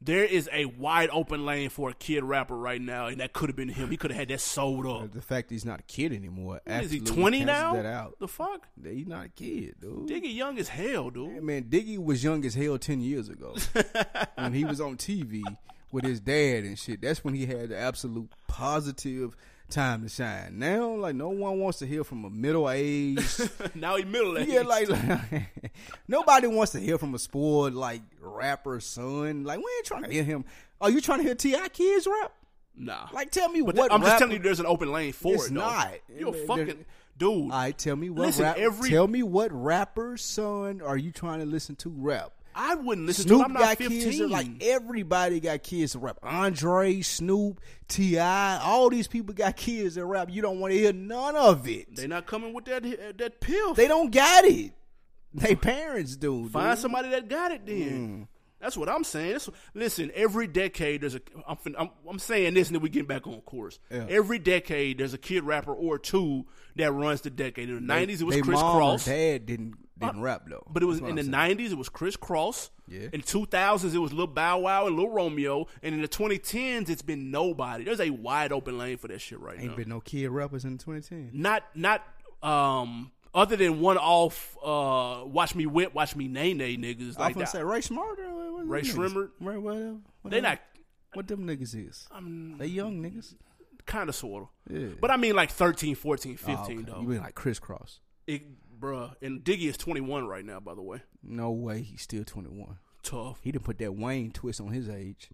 [SPEAKER 1] There is a wide open lane for a kid rapper right now, and that could have been him. He could have had that sold up.
[SPEAKER 2] the fact he's not a kid anymore.
[SPEAKER 1] Is he
[SPEAKER 2] absolutely
[SPEAKER 1] twenty
[SPEAKER 2] cancels
[SPEAKER 1] now?
[SPEAKER 2] That out.
[SPEAKER 1] The fuck?
[SPEAKER 2] He's not a kid, dude.
[SPEAKER 1] Diggy young as hell, dude.
[SPEAKER 2] Man, Diggy was young as hell ten years ago when he was on TV with his dad and shit. That's when he had the absolute positive time to shine. Now, like no one wants to hear from a middle aged.
[SPEAKER 1] Now he middle aged.
[SPEAKER 2] yeah, like, nobody wants to hear from a spoiled like rapper son. Like we ain't trying to hear him. Are you trying to hear Ti kids rap?
[SPEAKER 1] nah.
[SPEAKER 2] Like tell me
[SPEAKER 1] But
[SPEAKER 2] what.
[SPEAKER 1] I'm just
[SPEAKER 2] rapper-
[SPEAKER 1] telling you, there's an open lane for
[SPEAKER 2] It's
[SPEAKER 1] it. though.
[SPEAKER 2] not.
[SPEAKER 1] You're
[SPEAKER 2] There-
[SPEAKER 1] fucking dude.
[SPEAKER 2] All right, tell me what.
[SPEAKER 1] Listen,
[SPEAKER 2] rap,
[SPEAKER 1] every-
[SPEAKER 2] tell me what rapper son are you trying to listen to rap?
[SPEAKER 1] I wouldn't listen to. Him.
[SPEAKER 2] Snoop
[SPEAKER 1] I'm not
[SPEAKER 2] got kids.
[SPEAKER 1] 15.
[SPEAKER 2] to- Like everybody got kids to rap. Andre, Snoop, Ti, all these people got kids that rap. You don't want to hear none of it.
[SPEAKER 1] they not coming with that uh, that pill.
[SPEAKER 2] They don't got it. They parents do.
[SPEAKER 1] Find
[SPEAKER 2] dude.
[SPEAKER 1] somebody that got it
[SPEAKER 2] Mm-hmm.
[SPEAKER 1] then. That's what I'm saying. That's, listen, every decade there's a. I'm, fin- I'm, I'm saying this, and then we get back on course.
[SPEAKER 2] Yeah.
[SPEAKER 1] Every decade there's a kid rapper or two that runs the decade. In the '90s, it was
[SPEAKER 2] They
[SPEAKER 1] Chris
[SPEAKER 2] mom or
[SPEAKER 1] Cross, Uh,
[SPEAKER 2] Dad didn't didn't rap though.
[SPEAKER 1] but it was
[SPEAKER 2] That's what
[SPEAKER 1] in
[SPEAKER 2] I'm
[SPEAKER 1] the
[SPEAKER 2] saying.
[SPEAKER 1] '90s it was Chris Cross.
[SPEAKER 2] Yeah.
[SPEAKER 1] In 2000s it was Lil Bow Wow and Lil Romeo, and in the 2010s it's been nobody. There's a wide open lane for that shit right now.
[SPEAKER 2] Ain't been no kid rappers in 2010.
[SPEAKER 1] not not um other than one off uh watch me whip watch me nay nay niggas
[SPEAKER 2] I'm
[SPEAKER 1] like
[SPEAKER 2] gonna
[SPEAKER 1] that
[SPEAKER 2] say Ray Smarter. uh, What
[SPEAKER 1] Ray
[SPEAKER 2] them niggas?
[SPEAKER 1] Shrimmer.
[SPEAKER 2] Ray whatever.
[SPEAKER 1] they
[SPEAKER 2] whatever.
[SPEAKER 1] not
[SPEAKER 2] What them niggas is? they young niggas.
[SPEAKER 1] kind of sort of
[SPEAKER 2] Yeah.
[SPEAKER 1] but i mean like 13 14 15
[SPEAKER 2] Oh, okay.
[SPEAKER 1] though
[SPEAKER 2] You mean like crisscross?
[SPEAKER 1] It- bruh and diggy is 21 right now by the way
[SPEAKER 2] No way. He's still 21.
[SPEAKER 1] tough
[SPEAKER 2] He didn't put that Wayne twist on his age.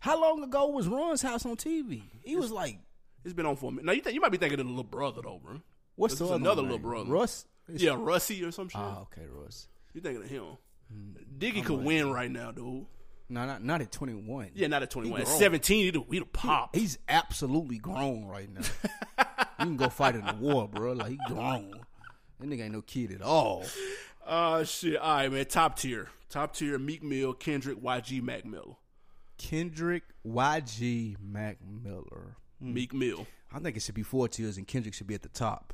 [SPEAKER 2] How long ago was Ron's house on TV? He was like,
[SPEAKER 1] it's been on for a minute now you think you might be thinking of the little brother though bro
[SPEAKER 2] what's
[SPEAKER 1] This
[SPEAKER 2] the
[SPEAKER 1] is
[SPEAKER 2] other
[SPEAKER 1] another
[SPEAKER 2] one
[SPEAKER 1] little
[SPEAKER 2] name?
[SPEAKER 1] brother.
[SPEAKER 2] Russ.
[SPEAKER 1] yeah russie or some shit
[SPEAKER 2] Ah, okay, Russ.
[SPEAKER 1] you thinking of him
[SPEAKER 2] Hmm.
[SPEAKER 1] diggy could win right now dude
[SPEAKER 2] No, not not at 21.
[SPEAKER 1] yeah not at 21 at
[SPEAKER 2] grown.
[SPEAKER 1] 17 he'd, he'd pop
[SPEAKER 2] He's absolutely grown right now. you can go fight in the war, bro. Like he grown. That nigga ain't no kid at all.
[SPEAKER 1] uh shit all right man top tier top tier meek mill kendrick yg mac miller
[SPEAKER 2] Kendrick YG Mac Miller.
[SPEAKER 1] meek mill
[SPEAKER 2] I think it should be four tiers, and Kendrick should be at the top.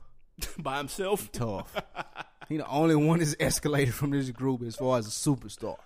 [SPEAKER 1] by himself.
[SPEAKER 2] Tough. he the only one that's escalated from this group as far as a superstar.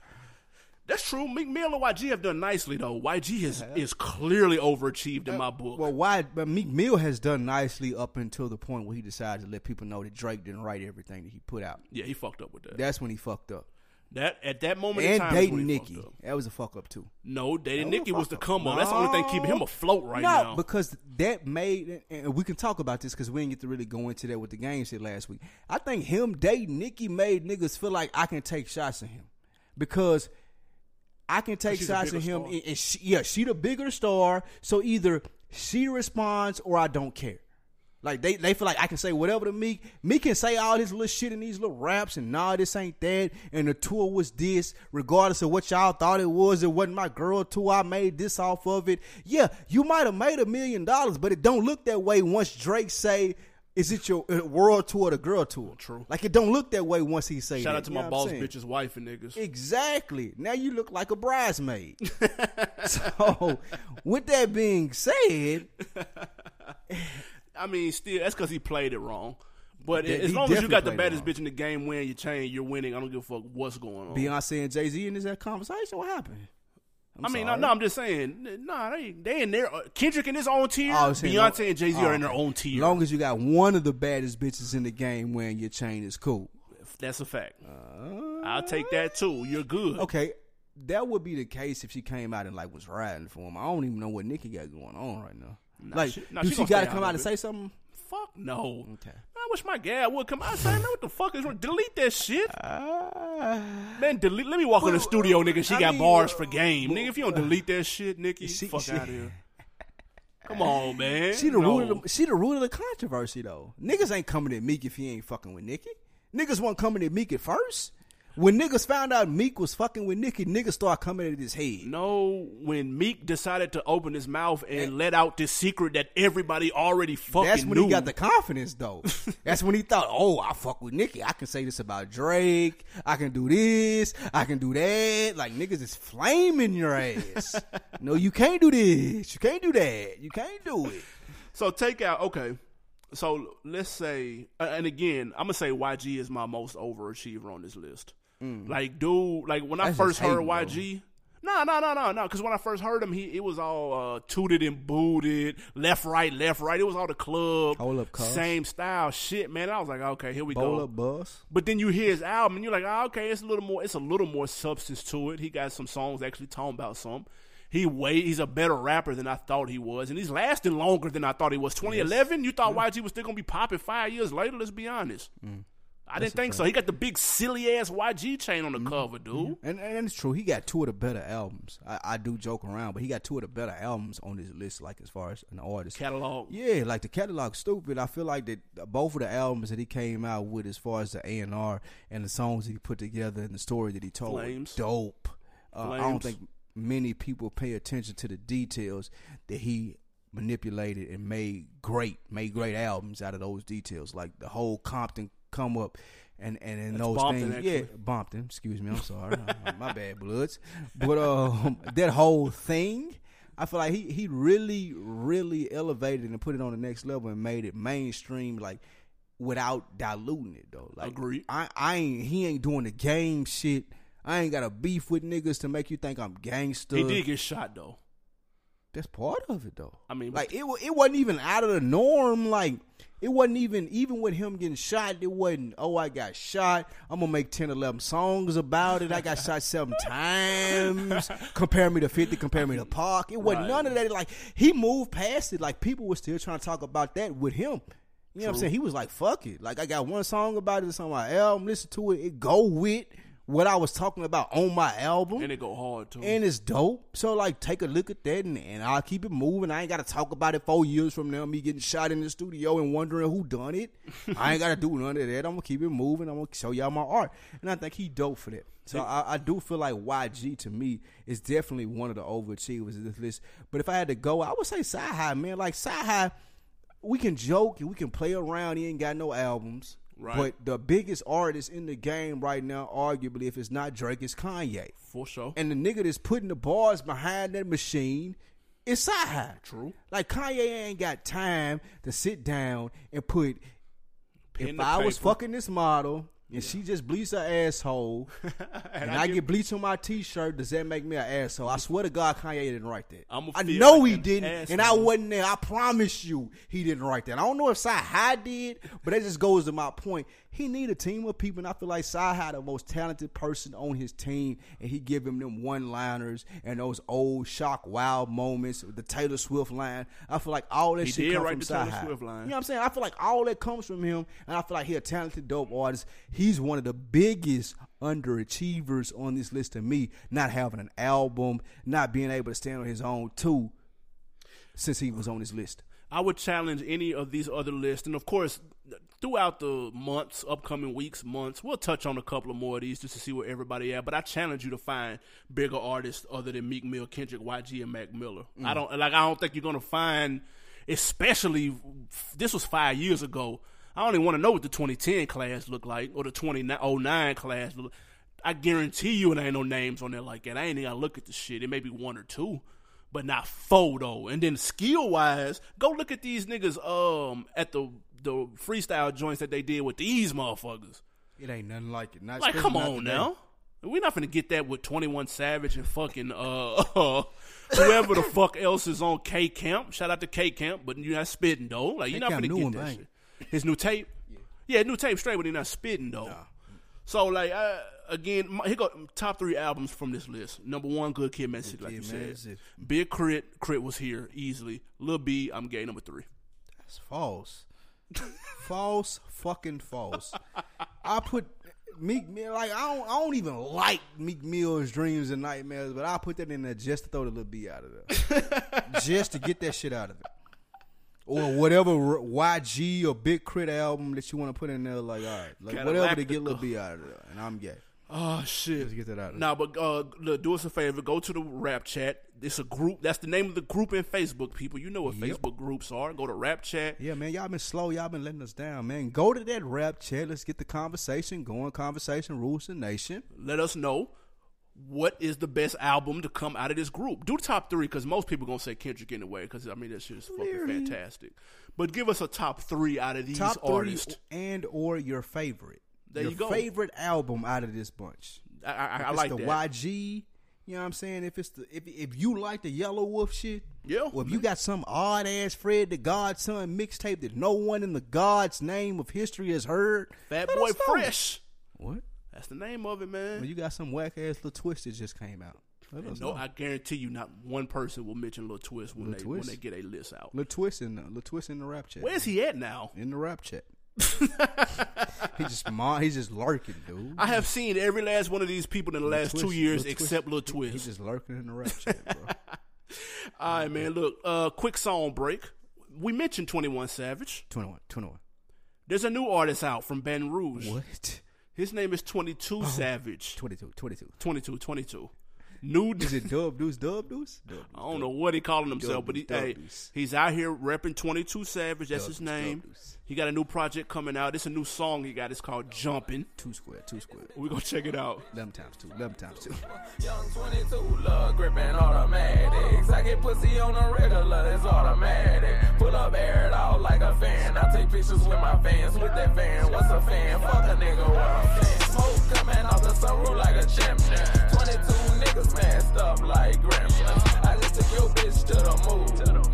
[SPEAKER 1] That's true. Meek Mill and YG have done nicely though. YG is is clearly overachieved in my book.
[SPEAKER 2] Uh, Well, why? But Meek Mill has done nicely up until the point where he decided to let people know that Drake didn't write everything that he put out.
[SPEAKER 1] yeah, he fucked up with that.
[SPEAKER 2] That's when he fucked up.
[SPEAKER 1] That at that moment in
[SPEAKER 2] And
[SPEAKER 1] time, is when
[SPEAKER 2] dating
[SPEAKER 1] he fucked
[SPEAKER 2] Nikki.
[SPEAKER 1] up.
[SPEAKER 2] That was a fuck up too.
[SPEAKER 1] No, dating
[SPEAKER 2] That was
[SPEAKER 1] Nikki
[SPEAKER 2] a
[SPEAKER 1] was the
[SPEAKER 2] fuck
[SPEAKER 1] come
[SPEAKER 2] up.
[SPEAKER 1] up. That's the only thing keeping him afloat right
[SPEAKER 2] no,
[SPEAKER 1] now.
[SPEAKER 2] because that made and we can talk about this because we didn't get to really go into that with the game shit last week. I think him dating Nikki made niggas feel like I can take shots at him because I can take
[SPEAKER 1] she's a
[SPEAKER 2] shots at
[SPEAKER 1] bigger
[SPEAKER 2] him.
[SPEAKER 1] star.
[SPEAKER 2] And and she, yeah, she the bigger star, so either she responds or I don't care. Like they, they feel like I can say whatever to Meek. Meek can say all this little shit in these little raps and nah, this ain't that. And the tour was this, regardless of what y'all thought it was. It wasn't my girl tour. I made this off of it. Yeah, you might have made a million dollars, but it don't look that way once Drake say, "Is it your uh, world tour or the girl tour?"
[SPEAKER 1] True.
[SPEAKER 2] Like it don't look that way once he say.
[SPEAKER 1] Shout
[SPEAKER 2] that,
[SPEAKER 1] out to
[SPEAKER 2] you
[SPEAKER 1] my
[SPEAKER 2] know what I'm
[SPEAKER 1] boss
[SPEAKER 2] saying?
[SPEAKER 1] bitch's wife and niggas.
[SPEAKER 2] Exactly. Now you look like a bridesmaid. so, with that being said,
[SPEAKER 1] I mean, still that's because he played it wrong. But
[SPEAKER 2] Yeah,
[SPEAKER 1] as
[SPEAKER 2] he
[SPEAKER 1] long as you got the
[SPEAKER 2] definitely played it
[SPEAKER 1] baddest bitch in the game wearing your chain, you're winning. I don't give a fuck what's going on.
[SPEAKER 2] Beyonce and Jay Z in this conversation, what happened?
[SPEAKER 1] I mean, no, no, I'm just saying, nah, they they in their uh, Kendrick in his own tier.
[SPEAKER 2] I was saying,
[SPEAKER 1] Beyonce
[SPEAKER 2] no-
[SPEAKER 1] and Jay Z
[SPEAKER 2] oh,
[SPEAKER 1] are in their own tier.
[SPEAKER 2] Long as you got one of the baddest bitches in the game wearing your chain is cool.
[SPEAKER 1] That's a fact. I'll take that too. You're good.
[SPEAKER 2] Okay, that would be the case if she came out and like was riding for him. I don't even know what Nikki got going on right now. like,
[SPEAKER 1] she- nah,
[SPEAKER 2] do
[SPEAKER 1] she
[SPEAKER 2] she
[SPEAKER 1] gonna
[SPEAKER 2] got to
[SPEAKER 1] stay
[SPEAKER 2] come
[SPEAKER 1] out
[SPEAKER 2] out
[SPEAKER 1] of
[SPEAKER 2] and
[SPEAKER 1] it.
[SPEAKER 2] say something?
[SPEAKER 1] Fuck no.
[SPEAKER 2] Okay.
[SPEAKER 1] I wish my guy would come out saying, man, what the fuck is wrong? Delete that shit. Man, delete. Let me walk in the
[SPEAKER 2] Ah. Well,
[SPEAKER 1] studio, nigga. She
[SPEAKER 2] I
[SPEAKER 1] got
[SPEAKER 2] mean,
[SPEAKER 1] bars
[SPEAKER 2] uh,
[SPEAKER 1] for game, nigga. If you don't delete that shit, Nikki,
[SPEAKER 2] she-
[SPEAKER 1] fuck
[SPEAKER 2] she-
[SPEAKER 1] out here. Come on, man.
[SPEAKER 2] She the
[SPEAKER 1] no.
[SPEAKER 2] root of the, she the root of the controversy though. Niggas ain't coming at Meek if he ain't fucking with Nicki. Niggas weren't coming at Meek at first. When niggas found out Meek was fucking with Nicki, niggas start coming at his head.
[SPEAKER 1] No, when Meek decided to open his mouth and, let out this secret that everybody already fucking
[SPEAKER 2] Eh. That's when
[SPEAKER 1] knew.
[SPEAKER 2] he got the confidence, though. That's when he thought, "Oh, I fuck with Nicki. I can say this about Drake. I can do this. I can do that." Like niggas is flaming your ass. no, you can't do this. You can't do that. You can't do it.
[SPEAKER 1] so take out okay. So let's say, uh, and again, I'm gonna say YG is my most overachiever on this list. Like, dude, like when I
[SPEAKER 2] Mm. That's
[SPEAKER 1] first
[SPEAKER 2] just
[SPEAKER 1] heard
[SPEAKER 2] hating,
[SPEAKER 1] YG. No, no, no, no, no. Because when I first heard him, he it was all uh, tooted and booted, left, right, left, right. It was all the club,
[SPEAKER 2] Hold up, cuz.
[SPEAKER 1] same style shit, man. I was like, okay, here we go.
[SPEAKER 2] Bola bus.
[SPEAKER 1] But then you hear his album and you're like, oh, okay, it's a little more it's a little more substance to it. He got some songs actually talking about some. He way he's a better rapper than I thought he was, and he's lasting longer than I thought he was. 2011, you thought YG was still gonna be popping five years later? Let's be honest.
[SPEAKER 2] Mm.
[SPEAKER 1] I didn't think so. He got the big silly ass YG chain on
[SPEAKER 2] Mm-hmm.
[SPEAKER 1] the cover, dude.
[SPEAKER 2] And, and it's true. He got two of the better albums. I, I do joke around, but he got two of the better albums on his list, like as far as an artist.
[SPEAKER 1] Catalog.
[SPEAKER 2] Yeah, like the catalog stupid. I feel like that uh, both of the albums that he came out with, as far as the A and R and the songs that he put together and the story that he told, were
[SPEAKER 1] Flames.
[SPEAKER 2] dope. Uh, I don't
[SPEAKER 1] Flames.
[SPEAKER 2] think many people pay attention to the details that he manipulated and made great, made great albums out of those details, like the whole Compton come up. And and, and those
[SPEAKER 1] Bompton,
[SPEAKER 2] things, yeah,
[SPEAKER 1] actually.
[SPEAKER 2] Bompton. Excuse me, I'm sorry, my bad, Bloods. But um, that whole thing, I feel like he he really really elevated and put it on the next level and made it mainstream, like without diluting it though. Like
[SPEAKER 1] Agreed.
[SPEAKER 2] I I ain't he ain't doing the game shit. I ain't got a beef with niggas to make you think I'm gangster.
[SPEAKER 1] He did get shot though.
[SPEAKER 2] That's part of it though.
[SPEAKER 1] I mean,
[SPEAKER 2] like it wa- it wasn't even out of the norm. Like it wasn't even even with him getting shot. It wasn't. Oh, I got shot. I'm gonna make 10, 11 songs about it. I got shot seven times. Compare me to Fifty. Compare me to Park. It wasn't
[SPEAKER 1] Right.
[SPEAKER 2] none of that. Like he moved past it. Like people were still trying to talk about that with him. You know what I'm saying? He was like, "Fuck it." Like I got one song about it. It's on my album. Listen to it. It go with what I was talking about on my album
[SPEAKER 1] And it go hard too.
[SPEAKER 2] and it's dope. So like, take a look at that, and, and I'll keep it moving. I ain't got to talk about it four years from now. Me getting shot in the studio and wondering who done it. I ain't got to do none of that. I'm gonna keep it moving. I'm gonna show y'all my art, and I think he dope for that. So I, I do feel like YG to me is definitely one of the overachievers of this list. But if I had to go, I would say Sci High, man. Like Sci High, we can joke and we can play around. He ain't got no albums.
[SPEAKER 1] Right.
[SPEAKER 2] But the biggest artist in the game right now, arguably, if it's not Drake, it's Kanye
[SPEAKER 1] for sure.
[SPEAKER 2] and the nigga that's putting the bars behind that machine is Sci
[SPEAKER 1] True.
[SPEAKER 2] Like Kanye ain't got time to sit down and put.
[SPEAKER 1] Pen
[SPEAKER 2] if
[SPEAKER 1] to
[SPEAKER 2] I was
[SPEAKER 1] paper.
[SPEAKER 2] fucking this model and she just bleached her asshole, and, I, get bleach on my t-shirt, does that make me an asshole? I swear to God, Kanye didn't write that.
[SPEAKER 1] I'ma
[SPEAKER 2] I
[SPEAKER 1] feel
[SPEAKER 2] know
[SPEAKER 1] like
[SPEAKER 2] he
[SPEAKER 1] an
[SPEAKER 2] didn't, and I
[SPEAKER 1] asshole.
[SPEAKER 2] wasn't there. I promise you, he didn't write that. I don't know if Sci High did, but that just goes to my point. He need a team of people, and I feel like Sai had the most talented person on his team, and he give him them one liners and those old shock wow moments, the Taylor Swift line. I feel like all that
[SPEAKER 1] He
[SPEAKER 2] shit
[SPEAKER 1] did
[SPEAKER 2] comes
[SPEAKER 1] write
[SPEAKER 2] from
[SPEAKER 1] the
[SPEAKER 2] Sai
[SPEAKER 1] Taylor
[SPEAKER 2] High.
[SPEAKER 1] Swift line.
[SPEAKER 2] You know what I'm saying? I feel like all that comes from him, and I feel like he a talented, dope artist. He's one of the biggest underachievers on this list to me, not having an album, not being able to stand on his own too, since he was on this list.
[SPEAKER 1] I would challenge any of these other lists, and of course, throughout the months, upcoming weeks, months, we'll touch on a couple of more of these just to see where everybody at. But I challenge you to find bigger artists other than Meek Mill, Kendrick, YG, and Mac Miller. I don't like. I don't think you're gonna find, especially this was five years ago. I don't even want to know what the 2010 class looked like or the 2009 class. Look. I guarantee you, it ain't no names on there like that. I ain't even gotta look at the shit. It may be one or two but not photo. And then skill wise, go look at these niggas um at the the freestyle joints that they did with these motherfuckers.
[SPEAKER 2] It ain't nothing like it. Not
[SPEAKER 1] Like,
[SPEAKER 2] especially
[SPEAKER 1] come
[SPEAKER 2] not
[SPEAKER 1] on
[SPEAKER 2] today.
[SPEAKER 1] now. We're not gonna get that with Twenty One Savage and fucking uh whoever the fuck else is on K Camp. Shout out to K Camp, but you're not spitting though. Like you're not
[SPEAKER 2] Camp
[SPEAKER 1] gonna
[SPEAKER 2] new
[SPEAKER 1] get
[SPEAKER 2] one,
[SPEAKER 1] that
[SPEAKER 2] ain't
[SPEAKER 1] shit. His new tape, yeah, new tape straight, but he's not spitting though. So like I, again, my, here go top three albums from this list. Number one, Good Kid, Mad City, like
[SPEAKER 2] Kid,
[SPEAKER 1] you
[SPEAKER 2] Mad
[SPEAKER 1] said.
[SPEAKER 2] City.
[SPEAKER 1] Big Crit, Crit was here easily. Lil B, I'm gay. Number three.
[SPEAKER 2] That's false. false fucking false. I put Meek Mill like I don't I don't even like Meek Mill's dreams and nightmares, but I put that in there just to throw the little B out of there. just to get that shit out of it. Or whatever r- YG or Big Crit album that you want to put in there, like all right, like whatever to get Lil B out of there, and I'm gay.
[SPEAKER 1] Oh shit.
[SPEAKER 2] Just get that out. Of there.
[SPEAKER 1] Nah, but uh, look, do us a favor. Go to the rap chat. It's a group. That's the name of the group in Facebook. People, you know what Facebook groups are. Go to rap chat.
[SPEAKER 2] Yeah, man, y'all been slow. Y'all been letting us down, man. Go to that rap chat. Let's get the conversation going. Conversation rules the nation.
[SPEAKER 1] Let us know what is the best album to come out of this group. Do top three because most people gonna say Kendrick anyway. Because I mean that shit is fucking fantastic. But give us a top three out of these
[SPEAKER 2] top three
[SPEAKER 1] artists.
[SPEAKER 2] and or your favorite.
[SPEAKER 1] There
[SPEAKER 2] your
[SPEAKER 1] you go.
[SPEAKER 2] Favorite album out of this bunch.
[SPEAKER 1] I, I, I
[SPEAKER 2] If
[SPEAKER 1] like
[SPEAKER 2] it's the
[SPEAKER 1] that.
[SPEAKER 2] YG. You know what I'm saying? If it's the if if you like the Yellow Wolf shit,
[SPEAKER 1] Yeah,
[SPEAKER 2] Or if you got some odd ass Fred the Godson mixtape that no one in the God's name of history has heard,
[SPEAKER 1] Fat
[SPEAKER 2] let
[SPEAKER 1] Boy
[SPEAKER 2] us know.
[SPEAKER 1] Fresh.
[SPEAKER 2] What?
[SPEAKER 1] That's the name of it, man.
[SPEAKER 2] Or you got some whack ass little twist that just came out. Let us
[SPEAKER 1] no,
[SPEAKER 2] know.
[SPEAKER 1] I guarantee you, not one person will mention Lil Twist when
[SPEAKER 2] Lil
[SPEAKER 1] they
[SPEAKER 2] Twist?
[SPEAKER 1] when they get a list out.
[SPEAKER 2] Little twist in the little twist in the rap chat.
[SPEAKER 1] Where's he at now?
[SPEAKER 2] in the rap chat? he just mon- he's just lurking, dude.
[SPEAKER 1] I have seen every last one of these people in the last
[SPEAKER 2] Twist,
[SPEAKER 1] two years
[SPEAKER 2] Lil Twist.
[SPEAKER 1] except Lil
[SPEAKER 2] He- He's
[SPEAKER 1] Twist.
[SPEAKER 2] just lurking in the rap chat, bro.
[SPEAKER 1] All right, man. Look, uh, quick song break. We mentioned Twenty One Savage.
[SPEAKER 2] 21, 21.
[SPEAKER 1] There's a new artist out from Baton Rouge.
[SPEAKER 2] What? Oh.
[SPEAKER 1] His name is Twenty Two Savage.
[SPEAKER 2] 22, 22.
[SPEAKER 1] 22, 22. New.
[SPEAKER 2] Is it Dub Deuce, Dub Deuce? Dub Deuce.
[SPEAKER 1] I don't know what he calling himself, but he, hey,
[SPEAKER 2] W's.
[SPEAKER 1] he's out here repping 22 Savage. That's his
[SPEAKER 2] W's,
[SPEAKER 1] name.
[SPEAKER 2] W's.
[SPEAKER 1] He got a new project coming out. It's a new song he got. It's called Jumpin'.
[SPEAKER 2] Two square, two square.
[SPEAKER 1] We're going to check it out.
[SPEAKER 2] 11 times two, 11 times two.
[SPEAKER 5] Young 22, love gripping automatics. I get pussy on a regular, it's automatic. Pull up, air it out like a fan. I take pictures with my fans, with that fan. What's a fan? Fuck a nigga, what a fan. Smoke coming off the sunroof like a chimney. 22 niggas masked up like gremlins. I just took your bitch to the move.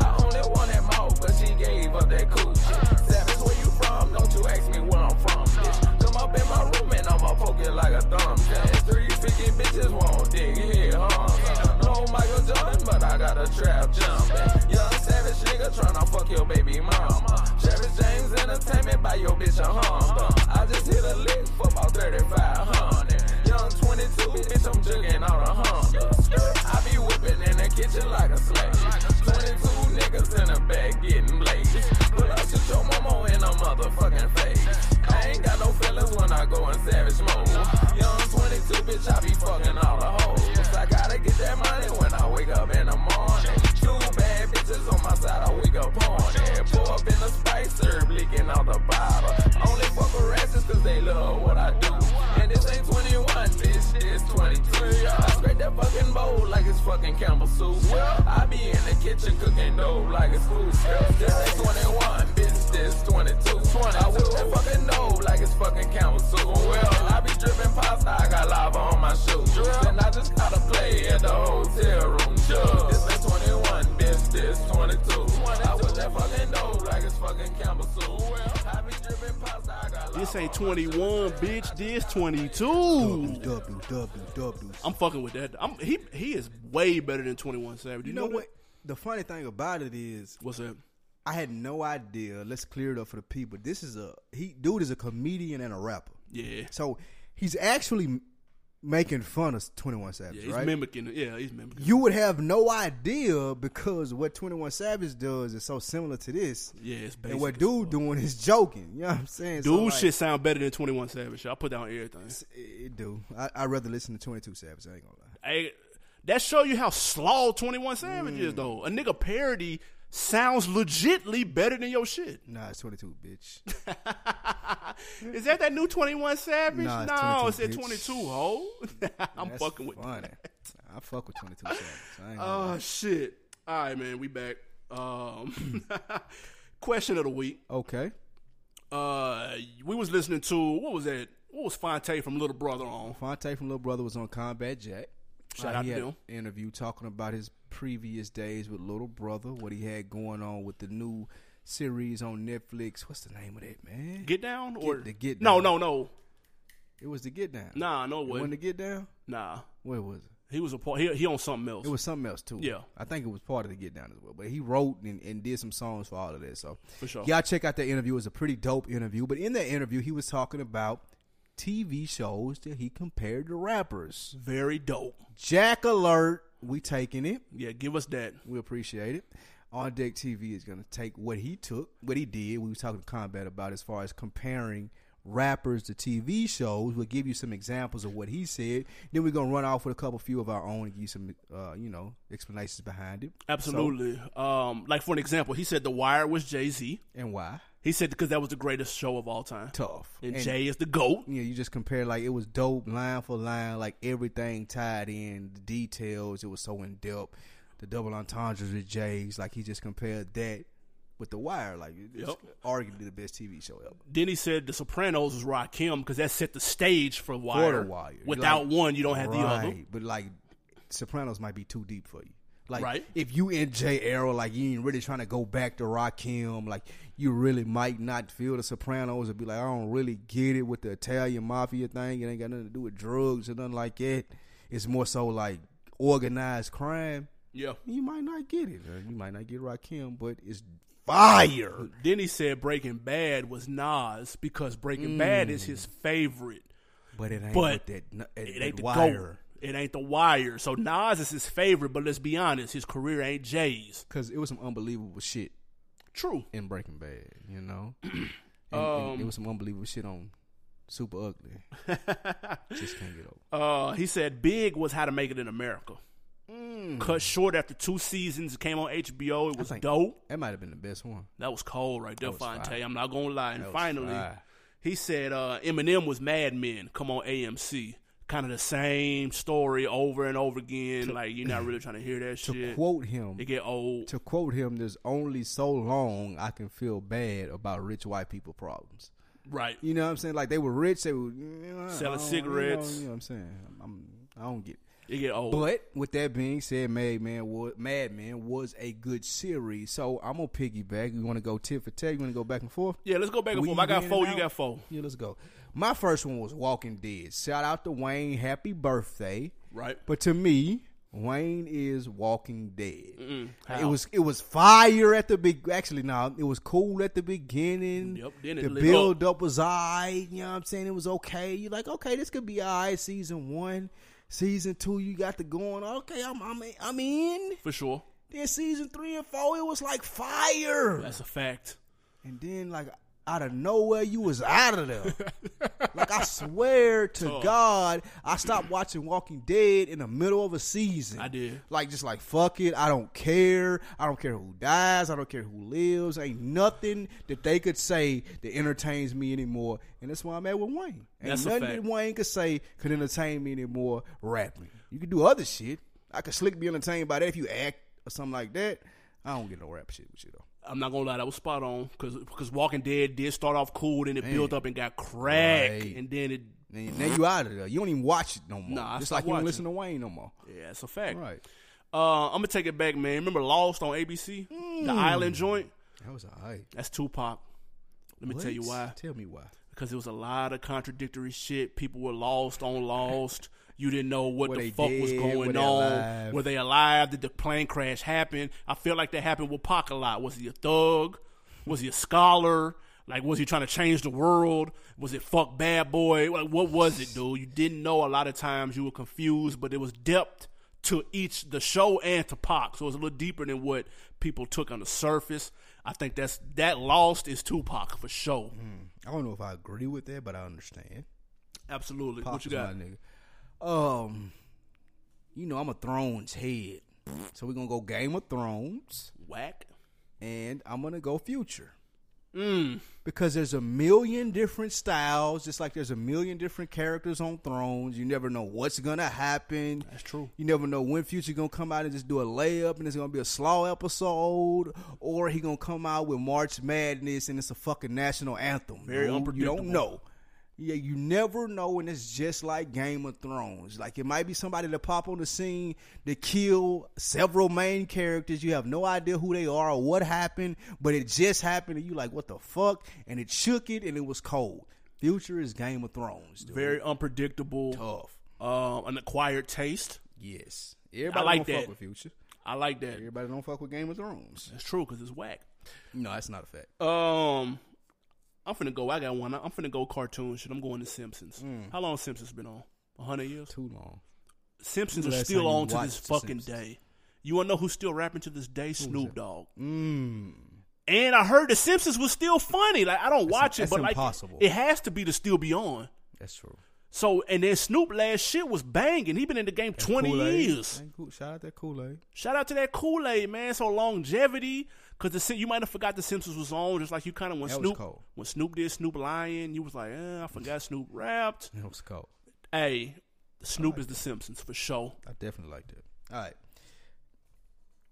[SPEAKER 5] I only wanted more, but she gave up that coochie. Savage, where you from? Don't you ask me where I'm from, bitch. Come up in my room and I'ma poke it like a thumb. Cause three freaking bitches won't dig here, huh? No Michael Jordan, but I got a trap jumping. Young savage nigga tryna fuck your baby mama. Travis James Entertainment, buy your bitch a Honda. I just hit a lick for about 3500. Young 22, bitch, I'm jugging out a Honda. I be whipping in the kitchen like a slave. 22 niggas in the back getting blazed. Pull up, shoot your mama in a motherfucking face. I ain't got no feelings when I go in savage mode. Young 22, bitch, I be fucking all the hoes. I gotta get that money when I wake up in the morning. Two bad bitches on my side, I wake up on it. Pour up in the spice, syrup leaking out the bottle. Only fuck with ratchets cause they love what I do. And this ain't 21, bitch, this 22. I scrape that fucking bowl like it's fucking Campbell soup. I be in the kitchen cooking dope like it's food. This ain't 21, bitch, this 22. I whip that fucking dope like it's fucking Campbell soup. Well, I be dripping pasta, I got lava on my shoes. And I just gotta play at the hotel room. Sure. This ain't 21, bitch, this 22. I whip that fucking dope like it's fucking Campbell soup. Well, I be dripping pasta, I got lava
[SPEAKER 1] This This ain't 21, bitch. This 22.
[SPEAKER 2] WWW.
[SPEAKER 1] I'm fucking with that. I'm, he he is way better than 21 Savage.
[SPEAKER 2] You know what? The funny thing about it is,
[SPEAKER 1] What's that?
[SPEAKER 2] I had no idea. Let's clear it up for the people. This is a he dude is a comedian and a rapper.
[SPEAKER 1] Yeah.
[SPEAKER 2] So he's actually m- making fun of Twenty One Savage,
[SPEAKER 1] Yeah, he's
[SPEAKER 2] right?
[SPEAKER 1] mimicking. it. Yeah, he's mimicking.
[SPEAKER 2] you would have no idea because what Twenty One Savage does is so similar to this.
[SPEAKER 1] Yeah, it's basic.
[SPEAKER 2] and what
[SPEAKER 1] as
[SPEAKER 2] dude
[SPEAKER 1] fuck.
[SPEAKER 2] doing is joking. You know what I'm saying? So,
[SPEAKER 1] Dude,
[SPEAKER 2] like,
[SPEAKER 1] shit sound better than 21 Savage. I put down everything.
[SPEAKER 2] It, it do. I, I'd rather listen to Twenty Two Savage. I ain't gonna lie.
[SPEAKER 1] Hey, that show you how slow 21 Savage
[SPEAKER 2] Mm.
[SPEAKER 1] is, though. A nigga parody sounds legitly better than your shit.
[SPEAKER 2] Nah, it's Twenty Two, bitch.
[SPEAKER 1] Is that that new 21 Savage?
[SPEAKER 2] Nah, it's
[SPEAKER 1] no,
[SPEAKER 2] 22,
[SPEAKER 1] it's at
[SPEAKER 2] bitch.
[SPEAKER 1] 22, ho. I'm
[SPEAKER 2] That's
[SPEAKER 1] fucking with
[SPEAKER 2] funny.
[SPEAKER 1] that.
[SPEAKER 2] I fuck with Twenty Two Savage. I ain't gonna lie.
[SPEAKER 1] Oh, shit. All right, man, we back. Um, question of the week.
[SPEAKER 2] Okay.
[SPEAKER 1] Uh, we was listening to, what was that? What was Fonte from Little Brother on?
[SPEAKER 2] Fonte from Little Brother was on Combat Jack.
[SPEAKER 1] Shout
[SPEAKER 2] Uh,
[SPEAKER 1] out
[SPEAKER 2] he
[SPEAKER 1] to
[SPEAKER 2] had
[SPEAKER 1] them.
[SPEAKER 2] an interview talking about his previous days with Little Brother, what he had going on with the new series on Netflix. What's the name of that, man?
[SPEAKER 1] Get down or
[SPEAKER 2] the Get
[SPEAKER 1] no
[SPEAKER 2] Down.
[SPEAKER 1] no no
[SPEAKER 2] it was the Get Down.
[SPEAKER 1] nah no
[SPEAKER 2] it wasn't the
[SPEAKER 1] way
[SPEAKER 2] Get Down.
[SPEAKER 1] nah
[SPEAKER 2] Where was it?
[SPEAKER 1] he was a part he, he on something else
[SPEAKER 2] It was something else too.
[SPEAKER 1] Yeah.
[SPEAKER 2] I think it was part of the Get Down as well. But he wrote and, and did some songs for all of that. So
[SPEAKER 1] For sure.
[SPEAKER 2] y'all check out that interview. It was a pretty dope interview. But in that interview, he was talking about TV shows that he compared to rappers.
[SPEAKER 1] very dope
[SPEAKER 2] Jack Alert, we taking it.
[SPEAKER 1] yeah give us that
[SPEAKER 2] We appreciate it. On Deck TV is going to take what he took, what he did. We was talking to Combat about as far as comparing rappers to TV shows. We'll give you some examples of what he said. Then we're going to run off with a couple few of our own and give you some, uh, you know, explanations behind it.
[SPEAKER 1] absolutely um like for an example he said the wire was Jay Z
[SPEAKER 2] So- and why.
[SPEAKER 1] he said because that was the greatest show of all time
[SPEAKER 2] Tough.
[SPEAKER 1] and, Jay is the goat
[SPEAKER 2] you know, you just compare like it was dope line for line, like everything tied in, the details, it was so in depth. The double entendres with Jay's, like he just compared that with the wire, like it's
[SPEAKER 1] Yep.
[SPEAKER 2] arguably the best TV show ever.
[SPEAKER 1] then he said the Sopranos was Rakim because that set the stage for Wire
[SPEAKER 2] Wire. You're
[SPEAKER 1] without
[SPEAKER 2] like,
[SPEAKER 1] one you don't have the other
[SPEAKER 2] Right, But like Sopranos might be too deep for you. Like
[SPEAKER 1] Right.
[SPEAKER 2] if you in J era, like you ain't really trying to go back to Rakim, like you really might not feel the Sopranos and be like, I don't really get it with the Italian mafia thing. It ain't got nothing to do with drugs or nothing like that. It's more so like organized crime.
[SPEAKER 1] yeah
[SPEAKER 2] You might not get it. man. You might not get Rakim, but it's fire.
[SPEAKER 1] then he said Breaking Bad was Nas because Breaking Bad is his
[SPEAKER 2] Mm.
[SPEAKER 1] favorite
[SPEAKER 2] But it ain't
[SPEAKER 1] But
[SPEAKER 2] with that, that,
[SPEAKER 1] it ain't the
[SPEAKER 2] wire.
[SPEAKER 1] wire. It ain't the wire. So Nas is his favorite, but let's be honest, his career ain't Jay's.
[SPEAKER 2] Cause it was some unbelievable shit
[SPEAKER 1] True.
[SPEAKER 2] in Breaking Bad, you know. And- and
[SPEAKER 1] Um,
[SPEAKER 2] there was some unbelievable shit on Super Ugly. Just can't get over.
[SPEAKER 1] Uh, he said Big was how to make it in America. Cut short after two seasons, it came on HBO. It was
[SPEAKER 2] think-
[SPEAKER 1] dope.
[SPEAKER 2] Mm. That might have been the best one.
[SPEAKER 1] That was cold right there,
[SPEAKER 2] was fire.
[SPEAKER 1] Fonte. I'm not gonna lie. And
[SPEAKER 2] was
[SPEAKER 1] finally,
[SPEAKER 2] fire.
[SPEAKER 1] he said uh, Eminem was Mad Men. Come on, AMC. Kind of the same story over and over again. like you're not really trying to hear that
[SPEAKER 2] To
[SPEAKER 1] shit.
[SPEAKER 2] quote him,
[SPEAKER 1] it get old.
[SPEAKER 2] to quote him, there's only so long I can feel bad about rich white people problems.
[SPEAKER 1] right.
[SPEAKER 2] You know what I'm saying? Like they were rich, they were you know, I
[SPEAKER 1] Selling
[SPEAKER 2] don't-
[SPEAKER 1] cigarettes.
[SPEAKER 2] You know, you know what I'm saying? I'm, I'm- I don't get it.
[SPEAKER 1] It get old.
[SPEAKER 2] But with that being said, Mad Man was Mad Men was a good series. So I'm gonna piggyback. You want to go tit for tat? You want to go back and forth?
[SPEAKER 1] yeah, let's go back and
[SPEAKER 2] We
[SPEAKER 1] forth. I got
[SPEAKER 2] in
[SPEAKER 1] four.
[SPEAKER 2] and
[SPEAKER 1] You
[SPEAKER 2] out?
[SPEAKER 1] got four.
[SPEAKER 2] Yeah, let's go. My first one was Walking Dead. Shout out to Wayne. Happy birthday.
[SPEAKER 1] Right.
[SPEAKER 2] But to me, Wayne is Walking Dead. It
[SPEAKER 1] How?
[SPEAKER 2] was it was fire at the big. Actually, no, it was cool at the beginning.
[SPEAKER 1] Yep, then it
[SPEAKER 2] the
[SPEAKER 1] lit
[SPEAKER 2] build up was alright. You know what I'm saying? It was okay. You're like, okay, this could be alright. Season one, season two, you got the going. Okay, I'm I'm in- I'm in.
[SPEAKER 1] For sure.
[SPEAKER 2] Then season three and four, it was like fire.
[SPEAKER 1] That's a fact.
[SPEAKER 2] And then like out of nowhere, you was out of there. like I swear to God, I stopped watching Walking Dead in the middle of a season.
[SPEAKER 1] I did.
[SPEAKER 2] Like just like fuck it, I don't care. I don't care who dies. I don't care who lives. Ain't nothing that they could say that entertains me anymore. And that's why I'm at with Wayne. Ain't
[SPEAKER 1] That's a
[SPEAKER 2] nothing
[SPEAKER 1] fact.
[SPEAKER 2] that Wayne could say could entertain me anymore. Rapping, you could do other shit. I could slick be entertained by that if you act or something like that. I don't get no rap shit with you though.
[SPEAKER 1] I'm not gonna lie, that was spot on because Walking Dead did start off cool, then it built up and got crack,
[SPEAKER 2] Right.
[SPEAKER 1] and then it
[SPEAKER 2] Now, now you out of there. You don't even watch it no more.
[SPEAKER 1] Nah, I
[SPEAKER 2] Just
[SPEAKER 1] stopped
[SPEAKER 2] like you don't
[SPEAKER 1] watching.
[SPEAKER 2] listen to Wayne no more.
[SPEAKER 1] yeah, it's a fact.
[SPEAKER 2] Right.
[SPEAKER 1] Uh, I'm gonna take it back, man. Remember Lost on ABC,
[SPEAKER 2] Hmm.
[SPEAKER 1] the Island joint?
[SPEAKER 2] That was all right.
[SPEAKER 1] That's Tupac. Let me tell you why.
[SPEAKER 2] Tell me why.
[SPEAKER 1] because it was a lot of contradictory shit. People were lost on lost. You didn't know what
[SPEAKER 2] Were
[SPEAKER 1] the
[SPEAKER 2] they
[SPEAKER 1] fuck was
[SPEAKER 2] dead?
[SPEAKER 1] going
[SPEAKER 2] Were they
[SPEAKER 1] on.
[SPEAKER 2] alive?
[SPEAKER 1] Were they alive? Did the plane crash happen? I feel like that happened with Pac a lot. Was he a thug? Was he a scholar? Like, was he trying to change the world? Was it fuck bad boy? Like, what was it, dude? You didn't know. A lot of times you were confused, but it was depth to each the show and to Pac, so it's a little deeper than what people took on the surface. I think that's that lost is Tupac for sure.
[SPEAKER 2] I don't know if I agree with that, but I understand.
[SPEAKER 1] Absolutely.
[SPEAKER 2] Pop
[SPEAKER 1] what you
[SPEAKER 2] is
[SPEAKER 1] got?
[SPEAKER 2] my nigga. Um, you know I'm a Thrones head, so we're gonna go Game of Thrones,
[SPEAKER 1] Whack.
[SPEAKER 2] and I'm gonna go Future.
[SPEAKER 1] Mm.
[SPEAKER 2] Because there's a million different styles, just like there's a million different characters on Thrones. You never know what's gonna happen.
[SPEAKER 1] That's true.
[SPEAKER 2] You never know when Future gonna come out and just do a layup, and it's gonna be a slaw episode, or he gonna come out with March Madness, and it's a fucking national anthem.
[SPEAKER 1] Very
[SPEAKER 2] dude. You
[SPEAKER 1] unpredictable.
[SPEAKER 2] don't know. Yeah, you never know, and it's just like Game of Thrones. Like it might be somebody to pop on the scene to kill several main characters. You have no idea who they are or what happened, but it just happened, and you like, what the fuck? And it shook it, and it was cold. Future is Game of Thrones, dude.
[SPEAKER 1] Very unpredictable.
[SPEAKER 2] tough.
[SPEAKER 1] Um, an acquired taste.
[SPEAKER 2] Yes, everybody
[SPEAKER 1] like
[SPEAKER 2] don't fuck
[SPEAKER 1] that.
[SPEAKER 2] with Future.
[SPEAKER 1] I like that.
[SPEAKER 2] Everybody don't fuck with Game of Thrones.
[SPEAKER 1] That's true because it's whack.
[SPEAKER 2] No, that's not a fact.
[SPEAKER 1] Um, I'm finna go. I got one. I'm finna go cartoon shit. I'm going to Simpsons.
[SPEAKER 2] Hmm.
[SPEAKER 1] How long Simpsons been on? A hundred years.
[SPEAKER 2] Too long.
[SPEAKER 1] Simpsons are
[SPEAKER 2] Last
[SPEAKER 1] still
[SPEAKER 2] time you
[SPEAKER 1] on to
[SPEAKER 2] watched
[SPEAKER 1] this
[SPEAKER 2] The
[SPEAKER 1] fucking
[SPEAKER 2] Simpsons.
[SPEAKER 1] day. You wanna know who's still rapping to this day? Snoop Dogg.
[SPEAKER 2] Mm.
[SPEAKER 1] And I heard the Simpsons was still funny. Like I don't watch it,
[SPEAKER 2] that's
[SPEAKER 1] but like
[SPEAKER 2] impossible.
[SPEAKER 1] it has to be to still be on.
[SPEAKER 2] That's true.
[SPEAKER 1] So and then Snoop last shit was banging. He been in the game twenty years.
[SPEAKER 2] Shout out that Kool Aid.
[SPEAKER 1] Shout out to that Kool Aid man. So longevity, because the Sim- you might have forgot the Simpsons was on, just like you kind of when
[SPEAKER 2] That was
[SPEAKER 1] Snoop
[SPEAKER 2] cold.
[SPEAKER 1] when Snoop did Snoop Lion, you was like, eh, I forgot Snoop rapped.
[SPEAKER 2] That was cold.
[SPEAKER 1] Hey, Snoop is the Simpsons for sure.
[SPEAKER 2] I definitely like that. All right.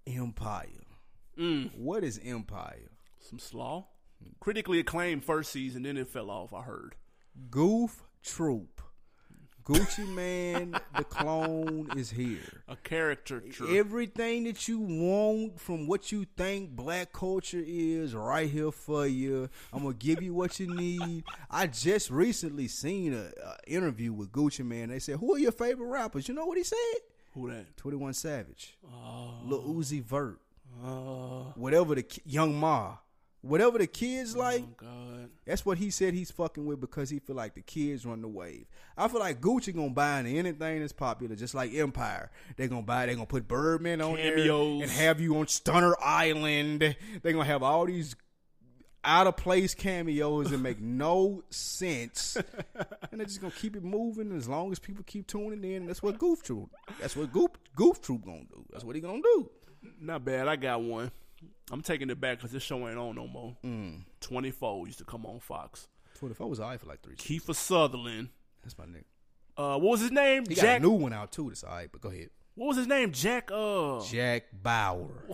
[SPEAKER 2] Empire. What is Empire?
[SPEAKER 1] Some slaw, critically acclaimed first season, then it fell off. I heard.
[SPEAKER 2] Goof Troop. Gucci Man, the clone is here.
[SPEAKER 1] A character trip.
[SPEAKER 2] Everything that you want from what you think black culture is right here for you. I'm gonna give you what you need. I just recently seen a, a interview with Gucci Man. They said, "Who are your favorite rappers?" You know what he said?
[SPEAKER 1] Who that?
[SPEAKER 2] Twenty One Savage, Lil Uzi Vert,
[SPEAKER 1] Oh,
[SPEAKER 2] whatever the ki- Young Ma, whatever the kids like.
[SPEAKER 1] God.
[SPEAKER 2] That's what he said he's fucking with because he feel like the kids run the wave. I feel like Gucci gonna buy into anything that's popular, just like Empire. They gonna buy. They gonna put Birdman on there
[SPEAKER 1] Cameos.
[SPEAKER 2] and have you on Stunner Island. They gonna have all these out of place cameos that make no sense, and they're just gonna keep it moving. And as long as people keep tuning in, that's what Goof Troop. That's what Goof Goof Troop gonna do. That's what he gonna do.
[SPEAKER 1] Not bad. I got one. I'm taking it back because this show ain't on no more.
[SPEAKER 2] Mm.
[SPEAKER 1] Twenty four used to come on Fox.
[SPEAKER 2] Twenty four was alright for like three. seasons.
[SPEAKER 1] Kiefer Sutherland.
[SPEAKER 2] That's my nigga.
[SPEAKER 1] Uh, what was his name?
[SPEAKER 2] He got
[SPEAKER 1] Jack.
[SPEAKER 2] a new one out too. That's alright, but go ahead.
[SPEAKER 1] what was his name? Jack. Uh.
[SPEAKER 2] Jack Bauer.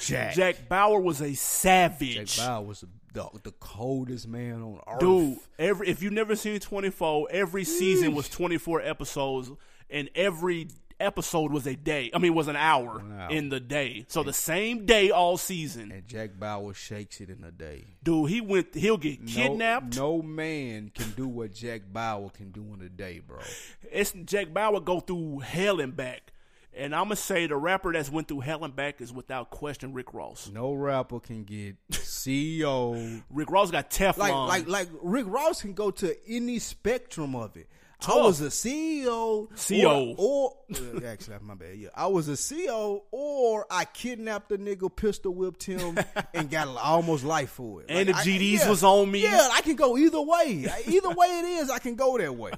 [SPEAKER 2] Jack.
[SPEAKER 1] Jack Bauer was a
[SPEAKER 2] Jack
[SPEAKER 1] savage.
[SPEAKER 2] Bauer was the, the coldest man on earth.
[SPEAKER 1] Dude, every if you never seen 24, every season was 24 episodes and every episode was a day. I mean, was an hour,
[SPEAKER 2] hour.
[SPEAKER 1] in the day. So the same day all season.
[SPEAKER 2] And Jack Bauer shakes it in a day.
[SPEAKER 1] Dude, he went he'll get
[SPEAKER 2] No-
[SPEAKER 1] kidnapped.
[SPEAKER 2] No, man can do what Jack Bauer can do in a day, bro.
[SPEAKER 1] It's Jack Bauer go through hell and back. And I'm gonna say the rapper that's went through hell and back is without question Rick Ross.
[SPEAKER 2] No rapper can get E CEO.
[SPEAKER 1] Rick Ross got Teflon.
[SPEAKER 2] like, like, like Rick Ross can go to any spectrum of it. I
[SPEAKER 1] Tough. E
[SPEAKER 2] was a CEO,
[SPEAKER 1] CO.
[SPEAKER 2] or, or uh, actually, that's my bad. Yeah, I was a CEO, or I kidnapped a nigga, pistol whipped him, and got almost life for it.
[SPEAKER 1] And
[SPEAKER 2] Like,
[SPEAKER 1] the
[SPEAKER 2] I-
[SPEAKER 1] GDs
[SPEAKER 2] yeah,
[SPEAKER 1] was on me.
[SPEAKER 2] Yeah, I can go either way. I- Either way it is, I can go that way.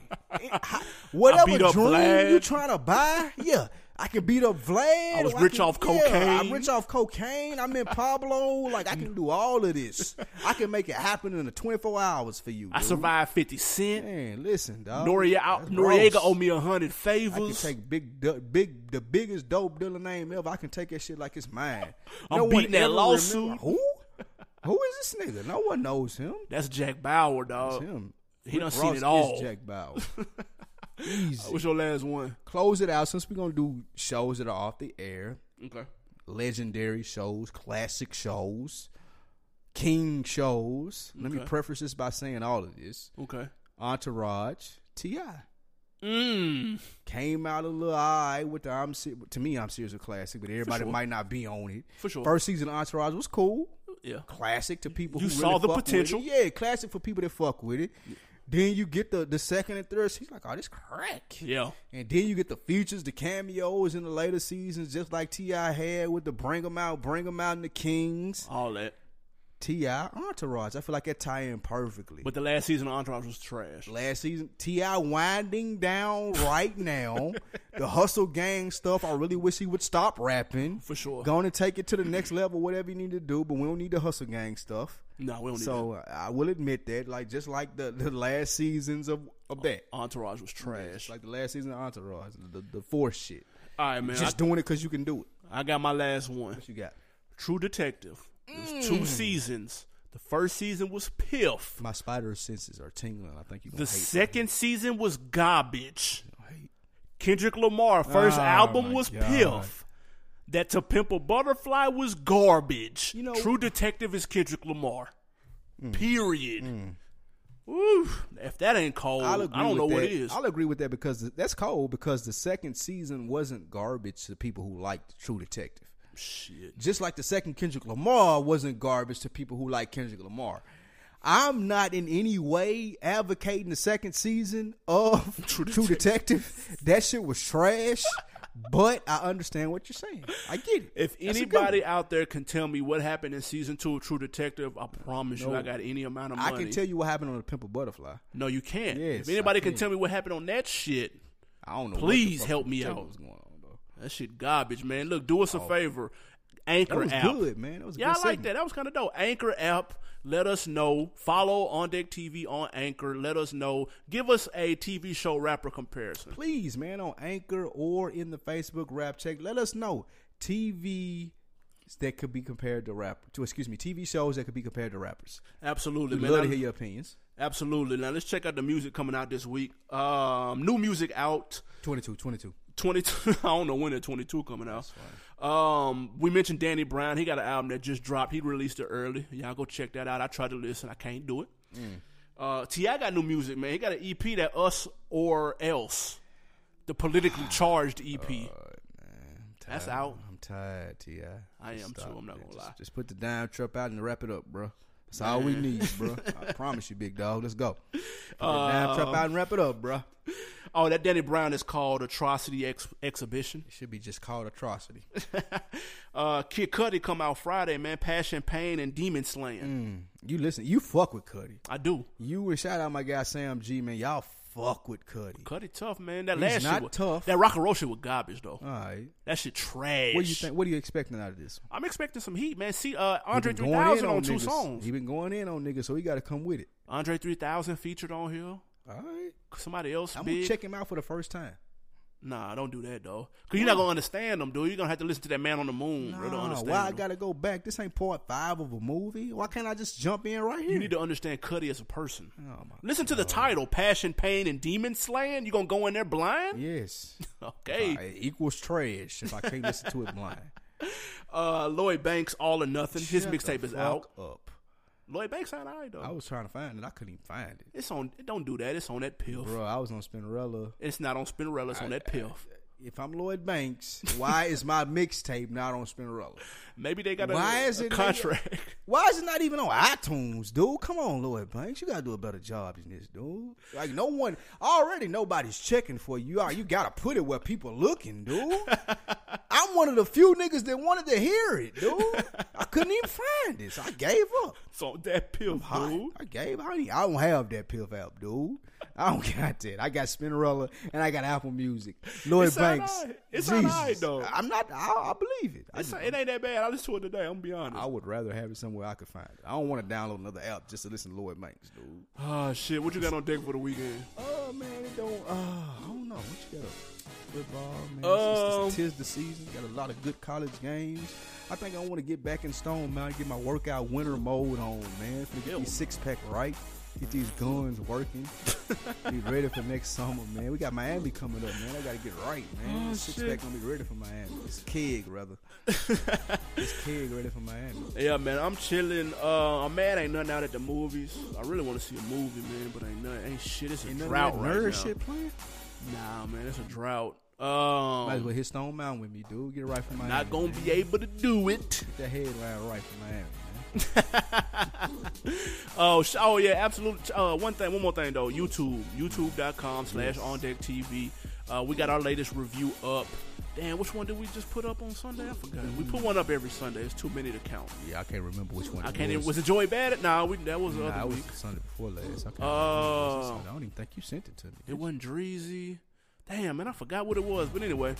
[SPEAKER 2] It- how- Whatever
[SPEAKER 1] beat up
[SPEAKER 2] dream
[SPEAKER 1] Vlad.
[SPEAKER 2] you trying to buy, yeah. I can beat up Vlad.
[SPEAKER 1] I was
[SPEAKER 2] or
[SPEAKER 1] rich
[SPEAKER 2] can-
[SPEAKER 1] off
[SPEAKER 2] yeah, I'm
[SPEAKER 1] cocaine.
[SPEAKER 2] rich off cocaine. I'm in Pablo. Like I can do all of this. I can make it happen in the 24 hours for you.
[SPEAKER 1] I
[SPEAKER 2] dude.
[SPEAKER 1] survived 50 Cent.
[SPEAKER 2] Man, listen, dog.
[SPEAKER 1] Noria,
[SPEAKER 2] That's
[SPEAKER 1] Noriega
[SPEAKER 2] gross.
[SPEAKER 1] owe me a hundred
[SPEAKER 2] I can
[SPEAKER 1] favors.
[SPEAKER 2] take big, du- big, the biggest dope dealer name ever. I can take that shit like it's mine.
[SPEAKER 1] I'm
[SPEAKER 2] one
[SPEAKER 1] beating that
[SPEAKER 2] ever
[SPEAKER 1] lawsuit.
[SPEAKER 2] remember- Who? Who is this nigga? No one knows him.
[SPEAKER 1] That's Jack Bauer,
[SPEAKER 2] It's
[SPEAKER 1] dog.
[SPEAKER 2] him.
[SPEAKER 1] Oh, He done
[SPEAKER 2] Rick
[SPEAKER 1] seen
[SPEAKER 2] Ross
[SPEAKER 1] it all.
[SPEAKER 2] Is Jack Bauer. Easy.
[SPEAKER 1] What's your last one?
[SPEAKER 2] Close it out since we're gonna do shows that are off the air,
[SPEAKER 1] Okay.
[SPEAKER 2] legendary shows, classic shows. King shows. Let me preface this by saying all of this.
[SPEAKER 1] Okay.
[SPEAKER 2] Entourage, T.I.
[SPEAKER 1] Mm.
[SPEAKER 2] Came out a little high with the I'm Se- to me I'm serious a classic, but everybody
[SPEAKER 1] sure.
[SPEAKER 2] might not be on it.
[SPEAKER 1] For sure.
[SPEAKER 2] First season of Entourage was cool,
[SPEAKER 1] Yeah.
[SPEAKER 2] classic to people.
[SPEAKER 1] You
[SPEAKER 2] who
[SPEAKER 1] saw
[SPEAKER 2] really
[SPEAKER 1] the
[SPEAKER 2] fuck with
[SPEAKER 1] potential.
[SPEAKER 2] it. yeah. Classic for people that fuck with it. Then you get the the second and third. He's like, oh, this crack.
[SPEAKER 1] Yeah.
[SPEAKER 2] And then you get the features, the cameos in the later seasons, just like T.I. had with the Bring 'em Out, Bring 'em Out, and the Kings.
[SPEAKER 1] All that.
[SPEAKER 2] T.I. Entourage. I feel like that tie in perfectly.
[SPEAKER 1] But the last season of Entourage was trash.
[SPEAKER 2] last season, T.I. winding down right now. the hustle gang stuff, I really wish he would stop rapping.
[SPEAKER 1] For sure.
[SPEAKER 2] Going to take it to the next level, whatever you need to do, but we don't need the hustle gang stuff.
[SPEAKER 1] No, we don't need
[SPEAKER 2] So I will admit that, like just like the, the last seasons of, of that.
[SPEAKER 1] that. Entourage was trash.
[SPEAKER 2] Like the last season of Entourage, the, the force shit.
[SPEAKER 1] All right, man.
[SPEAKER 2] Just doing it because you can do it.
[SPEAKER 1] I, I got my last one.
[SPEAKER 2] What you got?
[SPEAKER 1] True Detective. There's
[SPEAKER 2] Mm.
[SPEAKER 1] two seasons. The first season was piff.
[SPEAKER 2] My spider senses are tingling. I think you
[SPEAKER 1] The
[SPEAKER 2] gonna hate.
[SPEAKER 1] second season was garbage.
[SPEAKER 2] hate.
[SPEAKER 1] Kendrick Lamar first
[SPEAKER 2] Oh,
[SPEAKER 1] album
[SPEAKER 2] my
[SPEAKER 1] was
[SPEAKER 2] God.
[SPEAKER 1] piff. That to Pimp a Butterfly was garbage.
[SPEAKER 2] You know- Mm.
[SPEAKER 1] True Detective is Kendrick Lamar. Period. Woo. if that ain't cold, I
[SPEAKER 2] I'll
[SPEAKER 1] don't
[SPEAKER 2] agree
[SPEAKER 1] know
[SPEAKER 2] with
[SPEAKER 1] what
[SPEAKER 2] that.
[SPEAKER 1] it is.
[SPEAKER 2] I'll agree with that because th- that's cold. Because the second season wasn't garbage to people who liked True Detective.
[SPEAKER 1] Shit.
[SPEAKER 2] Just like the second Kendrick Lamar wasn't garbage to people who like Kendrick Lamar. I'm not in any way advocating the second season of True, Detective. That shit was trash. but I understand what you're saying. I get it.
[SPEAKER 1] If
[SPEAKER 2] That's a good
[SPEAKER 1] anybody
[SPEAKER 2] one.
[SPEAKER 1] out there can tell me what happened in season two of True Detective, I promise you,
[SPEAKER 2] No.
[SPEAKER 1] I got any amount of
[SPEAKER 2] I
[SPEAKER 1] money.
[SPEAKER 2] can tell you what happened on the Pimple Butterfly.
[SPEAKER 1] No, you can't.
[SPEAKER 2] Yes,
[SPEAKER 1] if anybody
[SPEAKER 2] I
[SPEAKER 1] can tell me what happened on that shit,
[SPEAKER 2] I don't know. what the
[SPEAKER 1] Please
[SPEAKER 2] fuck
[SPEAKER 1] help me
[SPEAKER 2] Taylor
[SPEAKER 1] out.
[SPEAKER 2] was going on, though.
[SPEAKER 1] that shit garbage, man. Look, do us a favor. Anchor
[SPEAKER 2] Oh. That was
[SPEAKER 1] app.
[SPEAKER 2] good, man. That was a
[SPEAKER 1] Yeah,
[SPEAKER 2] good
[SPEAKER 1] I like
[SPEAKER 2] segment.
[SPEAKER 1] that. That was kind of dope. Anchor app. Let us know. Follow On Deck TV on Anchor. Let us know. Give us a TV show rapper comparison.
[SPEAKER 2] Please, man, on Anchor or in the Facebook rap check, let us know TV that could be compared to rap to excuse me TV shows that could be compared to rappers.
[SPEAKER 1] Absolutely,
[SPEAKER 2] We'd
[SPEAKER 1] man.
[SPEAKER 2] love to
[SPEAKER 1] I-
[SPEAKER 2] hear your opinions.
[SPEAKER 1] Absolutely. Now let's check out the music coming out this week. Um, new music out.
[SPEAKER 2] 22, 22.
[SPEAKER 1] 22 I don't know when the 22 coming out. Um we mentioned Danny Brown. He got an album that just dropped. He released it early. Y'all go check that out. I tried to listen. I can't do it.
[SPEAKER 2] Mm.
[SPEAKER 1] Uh T.I. got new music, man. He got an EP that Us or Else. The politically charged EP. That's out.
[SPEAKER 2] Oh, I'm tired, Ti.
[SPEAKER 1] I
[SPEAKER 2] Just
[SPEAKER 1] am too,
[SPEAKER 2] stop,
[SPEAKER 1] I'm not
[SPEAKER 2] man.
[SPEAKER 1] gonna
[SPEAKER 2] Just-
[SPEAKER 1] lie.
[SPEAKER 2] Just put the dime trap out and wrap it up, bro. That's all we need, bro. I promise you, big dog. Let's go. Put the dime
[SPEAKER 1] Um,
[SPEAKER 2] trap out and wrap it up, bro.
[SPEAKER 1] Oh, that Danny Brown is called Atrocity Ex- Exhibition.
[SPEAKER 2] It should be just called atrocity.
[SPEAKER 1] Uh Kid Cudi come out Friday, man. Passion, Pain, and Demon
[SPEAKER 2] Mm.
[SPEAKER 1] Slaying.
[SPEAKER 2] you listen. You fuck with Cuddy.
[SPEAKER 1] I do.
[SPEAKER 2] You and shout out my guy Sam G, man. Y'all fuck with Cuddy.
[SPEAKER 1] Cudi tough, man. That
[SPEAKER 2] He's
[SPEAKER 1] last shit
[SPEAKER 2] not
[SPEAKER 1] was,
[SPEAKER 2] tough.
[SPEAKER 1] That rock and roll shit was garbage though.
[SPEAKER 2] All right.
[SPEAKER 1] that shit trash.
[SPEAKER 2] What do you think? What are you expecting out of this?
[SPEAKER 1] I'm expecting some heat, man. See, uh, Andre
[SPEAKER 2] He been going
[SPEAKER 1] 3000
[SPEAKER 2] in
[SPEAKER 1] on, two
[SPEAKER 2] niggas.
[SPEAKER 1] songs.
[SPEAKER 2] He been going in on niggas, so he got to come with it.
[SPEAKER 1] Andre 3000 featured on here.
[SPEAKER 2] All right,
[SPEAKER 1] Somebody else
[SPEAKER 2] I'm
[SPEAKER 1] big.
[SPEAKER 2] gonna check him out for the first time.
[SPEAKER 1] Nah, don't do that though. Cause you're not gonna understand them, dude. You're gonna have to listen to that man on the moon. bro, to
[SPEAKER 2] Nah,
[SPEAKER 1] understand
[SPEAKER 2] Ah, why I
[SPEAKER 1] him.
[SPEAKER 2] gotta go back? This ain't part five of a movie. Why can't I just jump in right here?
[SPEAKER 1] you need to understand Cuddy as a person.
[SPEAKER 2] Oh, my
[SPEAKER 1] listen to the title: Passion, Pain, and Demon Slaying. You gonna go in there blind?
[SPEAKER 2] yes,
[SPEAKER 1] Okay.
[SPEAKER 2] Uh, it equals trash if I can't listen to it blind.
[SPEAKER 1] Uh, Lloyd Banks, All or Nothing. His
[SPEAKER 2] Shut
[SPEAKER 1] mixtape
[SPEAKER 2] the
[SPEAKER 1] is out.
[SPEAKER 2] fuck Up.
[SPEAKER 1] Lloyd Banks ain't alright though.
[SPEAKER 2] I was trying to find it. I couldn't even find it,
[SPEAKER 1] it's on. Don't do that. It's on that pill.
[SPEAKER 2] bro. I was on Spinnerella.
[SPEAKER 1] It's not on Spinnerella. It's on that pill.
[SPEAKER 2] If I'm Lloyd Banks, why is my mixtape not on Spinnerella?
[SPEAKER 1] Maybe they got a,
[SPEAKER 2] Why
[SPEAKER 1] a
[SPEAKER 2] is it-
[SPEAKER 1] contract.
[SPEAKER 2] Why is it not even on iTunes, dude? Come on, Lloyd Banks, you gotta do a better job than this, dude. Like no one already, nobody's checking for you. All- You gotta put it where people looking, dude. I'm one of the few niggas that wanted to hear it, dude. I couldn't even find this. I gave up.
[SPEAKER 1] it's on that pill,
[SPEAKER 2] I,
[SPEAKER 1] dude.
[SPEAKER 2] I gave. I, ain't- I don't have that pill app, dude. I don't got that. I got Spinnerella and I got Apple Music. Lloyd
[SPEAKER 1] It's
[SPEAKER 2] Banks.
[SPEAKER 1] alright. It's
[SPEAKER 2] Jesus.
[SPEAKER 1] alright, though.
[SPEAKER 2] I'm not. I, I believe it. I
[SPEAKER 1] It's
[SPEAKER 2] just-
[SPEAKER 1] not- it ain't that bad. I listened to it today. I'm gonna be
[SPEAKER 2] I
[SPEAKER 1] honest.
[SPEAKER 2] would rather have it somewhere I could find it. I don't want to download another app just to listen to Lloyd Banks, dude.
[SPEAKER 1] Oh shit! What you got on deck for the weekend?
[SPEAKER 2] Oh man, it don't. Uh, I don't know. What you got? Up? Football, man.
[SPEAKER 1] Um,
[SPEAKER 2] it's, it's, it's the season. Got a lot of good college games. I think I want to get back in stone, man. Get my workout winter mode on, man. Finna get
[SPEAKER 1] Ew.
[SPEAKER 2] these six pack right. Get these guns working. be ready for next summer, man. We got Miami coming up, man. I gotta get right, man. Six pack gonna be ready for Miami. It's keg, rather. it's keg ready for Miami.
[SPEAKER 1] Yeah, man, I'm chilling. Uh, I'm mad ain't nothing out at the movies. I really want to see a movie, man, but ain't nothing. Ain't shit. It's a
[SPEAKER 2] Ain't nothing
[SPEAKER 1] drought
[SPEAKER 2] but
[SPEAKER 1] right
[SPEAKER 2] nerd
[SPEAKER 1] now.
[SPEAKER 2] shit playing.
[SPEAKER 1] Nah, man, it's a drought.
[SPEAKER 2] Might as
[SPEAKER 1] Um,
[SPEAKER 2] well hit Stone Mountain with me, dude. Get it right for Miami.
[SPEAKER 1] not gonna
[SPEAKER 2] man.
[SPEAKER 1] be able to do it.
[SPEAKER 2] Get that headline right for Miami, man.
[SPEAKER 1] Oh, sh- oh yeah, absolutely. Uh, one thing, one more thing though. YouTube, youtube.com slash on deck TV. Uh, we got our latest review up. Damn, which one did we just put up on Sunday? I forgot. We put one up every Sunday. It's too many to count.
[SPEAKER 2] Yeah, I can't remember which one.
[SPEAKER 1] I
[SPEAKER 2] it
[SPEAKER 1] can't. even
[SPEAKER 2] was.
[SPEAKER 1] Was it Joy Bad? Nah, we, that was the
[SPEAKER 2] Nah,
[SPEAKER 1] other
[SPEAKER 2] it was
[SPEAKER 1] week.
[SPEAKER 2] the Sunday before last. I, can't
[SPEAKER 1] Oh.
[SPEAKER 2] remember. I don't even think you sent it to me.
[SPEAKER 1] It wasn't Dreezy. Damn, man, I forgot what it was. But anyway,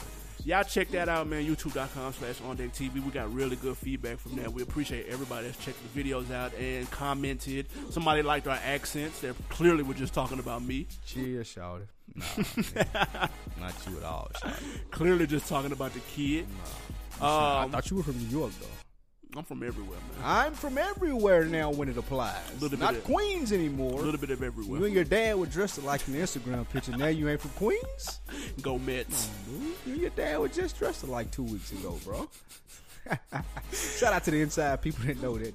[SPEAKER 1] y'all check that out, man. YouTube.com slash On Deck TV. We got really good feedback from that. We appreciate everybody that's checked the videos out and commented. Somebody liked our accents. They clearly were just talking about me.
[SPEAKER 2] Cheers, shouted. Nah, man. not you at all. shawty.
[SPEAKER 1] Clearly just talking about the kid.
[SPEAKER 2] I
[SPEAKER 1] Um,
[SPEAKER 2] thought you were from New York, though.
[SPEAKER 1] I'm from everywhere, man.
[SPEAKER 2] I'm from everywhere now when it applies.
[SPEAKER 1] Little bit
[SPEAKER 2] not
[SPEAKER 1] of-
[SPEAKER 2] Queens anymore.
[SPEAKER 1] A little bit of
[SPEAKER 2] you
[SPEAKER 1] everywhere.
[SPEAKER 2] and your dad were dressed like an Instagram picture. Now you ain't from Queens?
[SPEAKER 1] Go Mets.
[SPEAKER 2] Dude, you and Mm-hmm. your dad were just dressed like two weeks ago, bro. Shout out to the inside people that know that.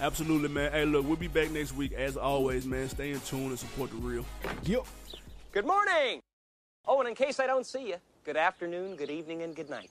[SPEAKER 1] Absolutely, man. Hey, look, we'll be back next week. As always, man, stay in tune and support the real.
[SPEAKER 2] Yep.
[SPEAKER 6] Good morning. Oh, and in case I don't see you, good afternoon, good evening, and good night.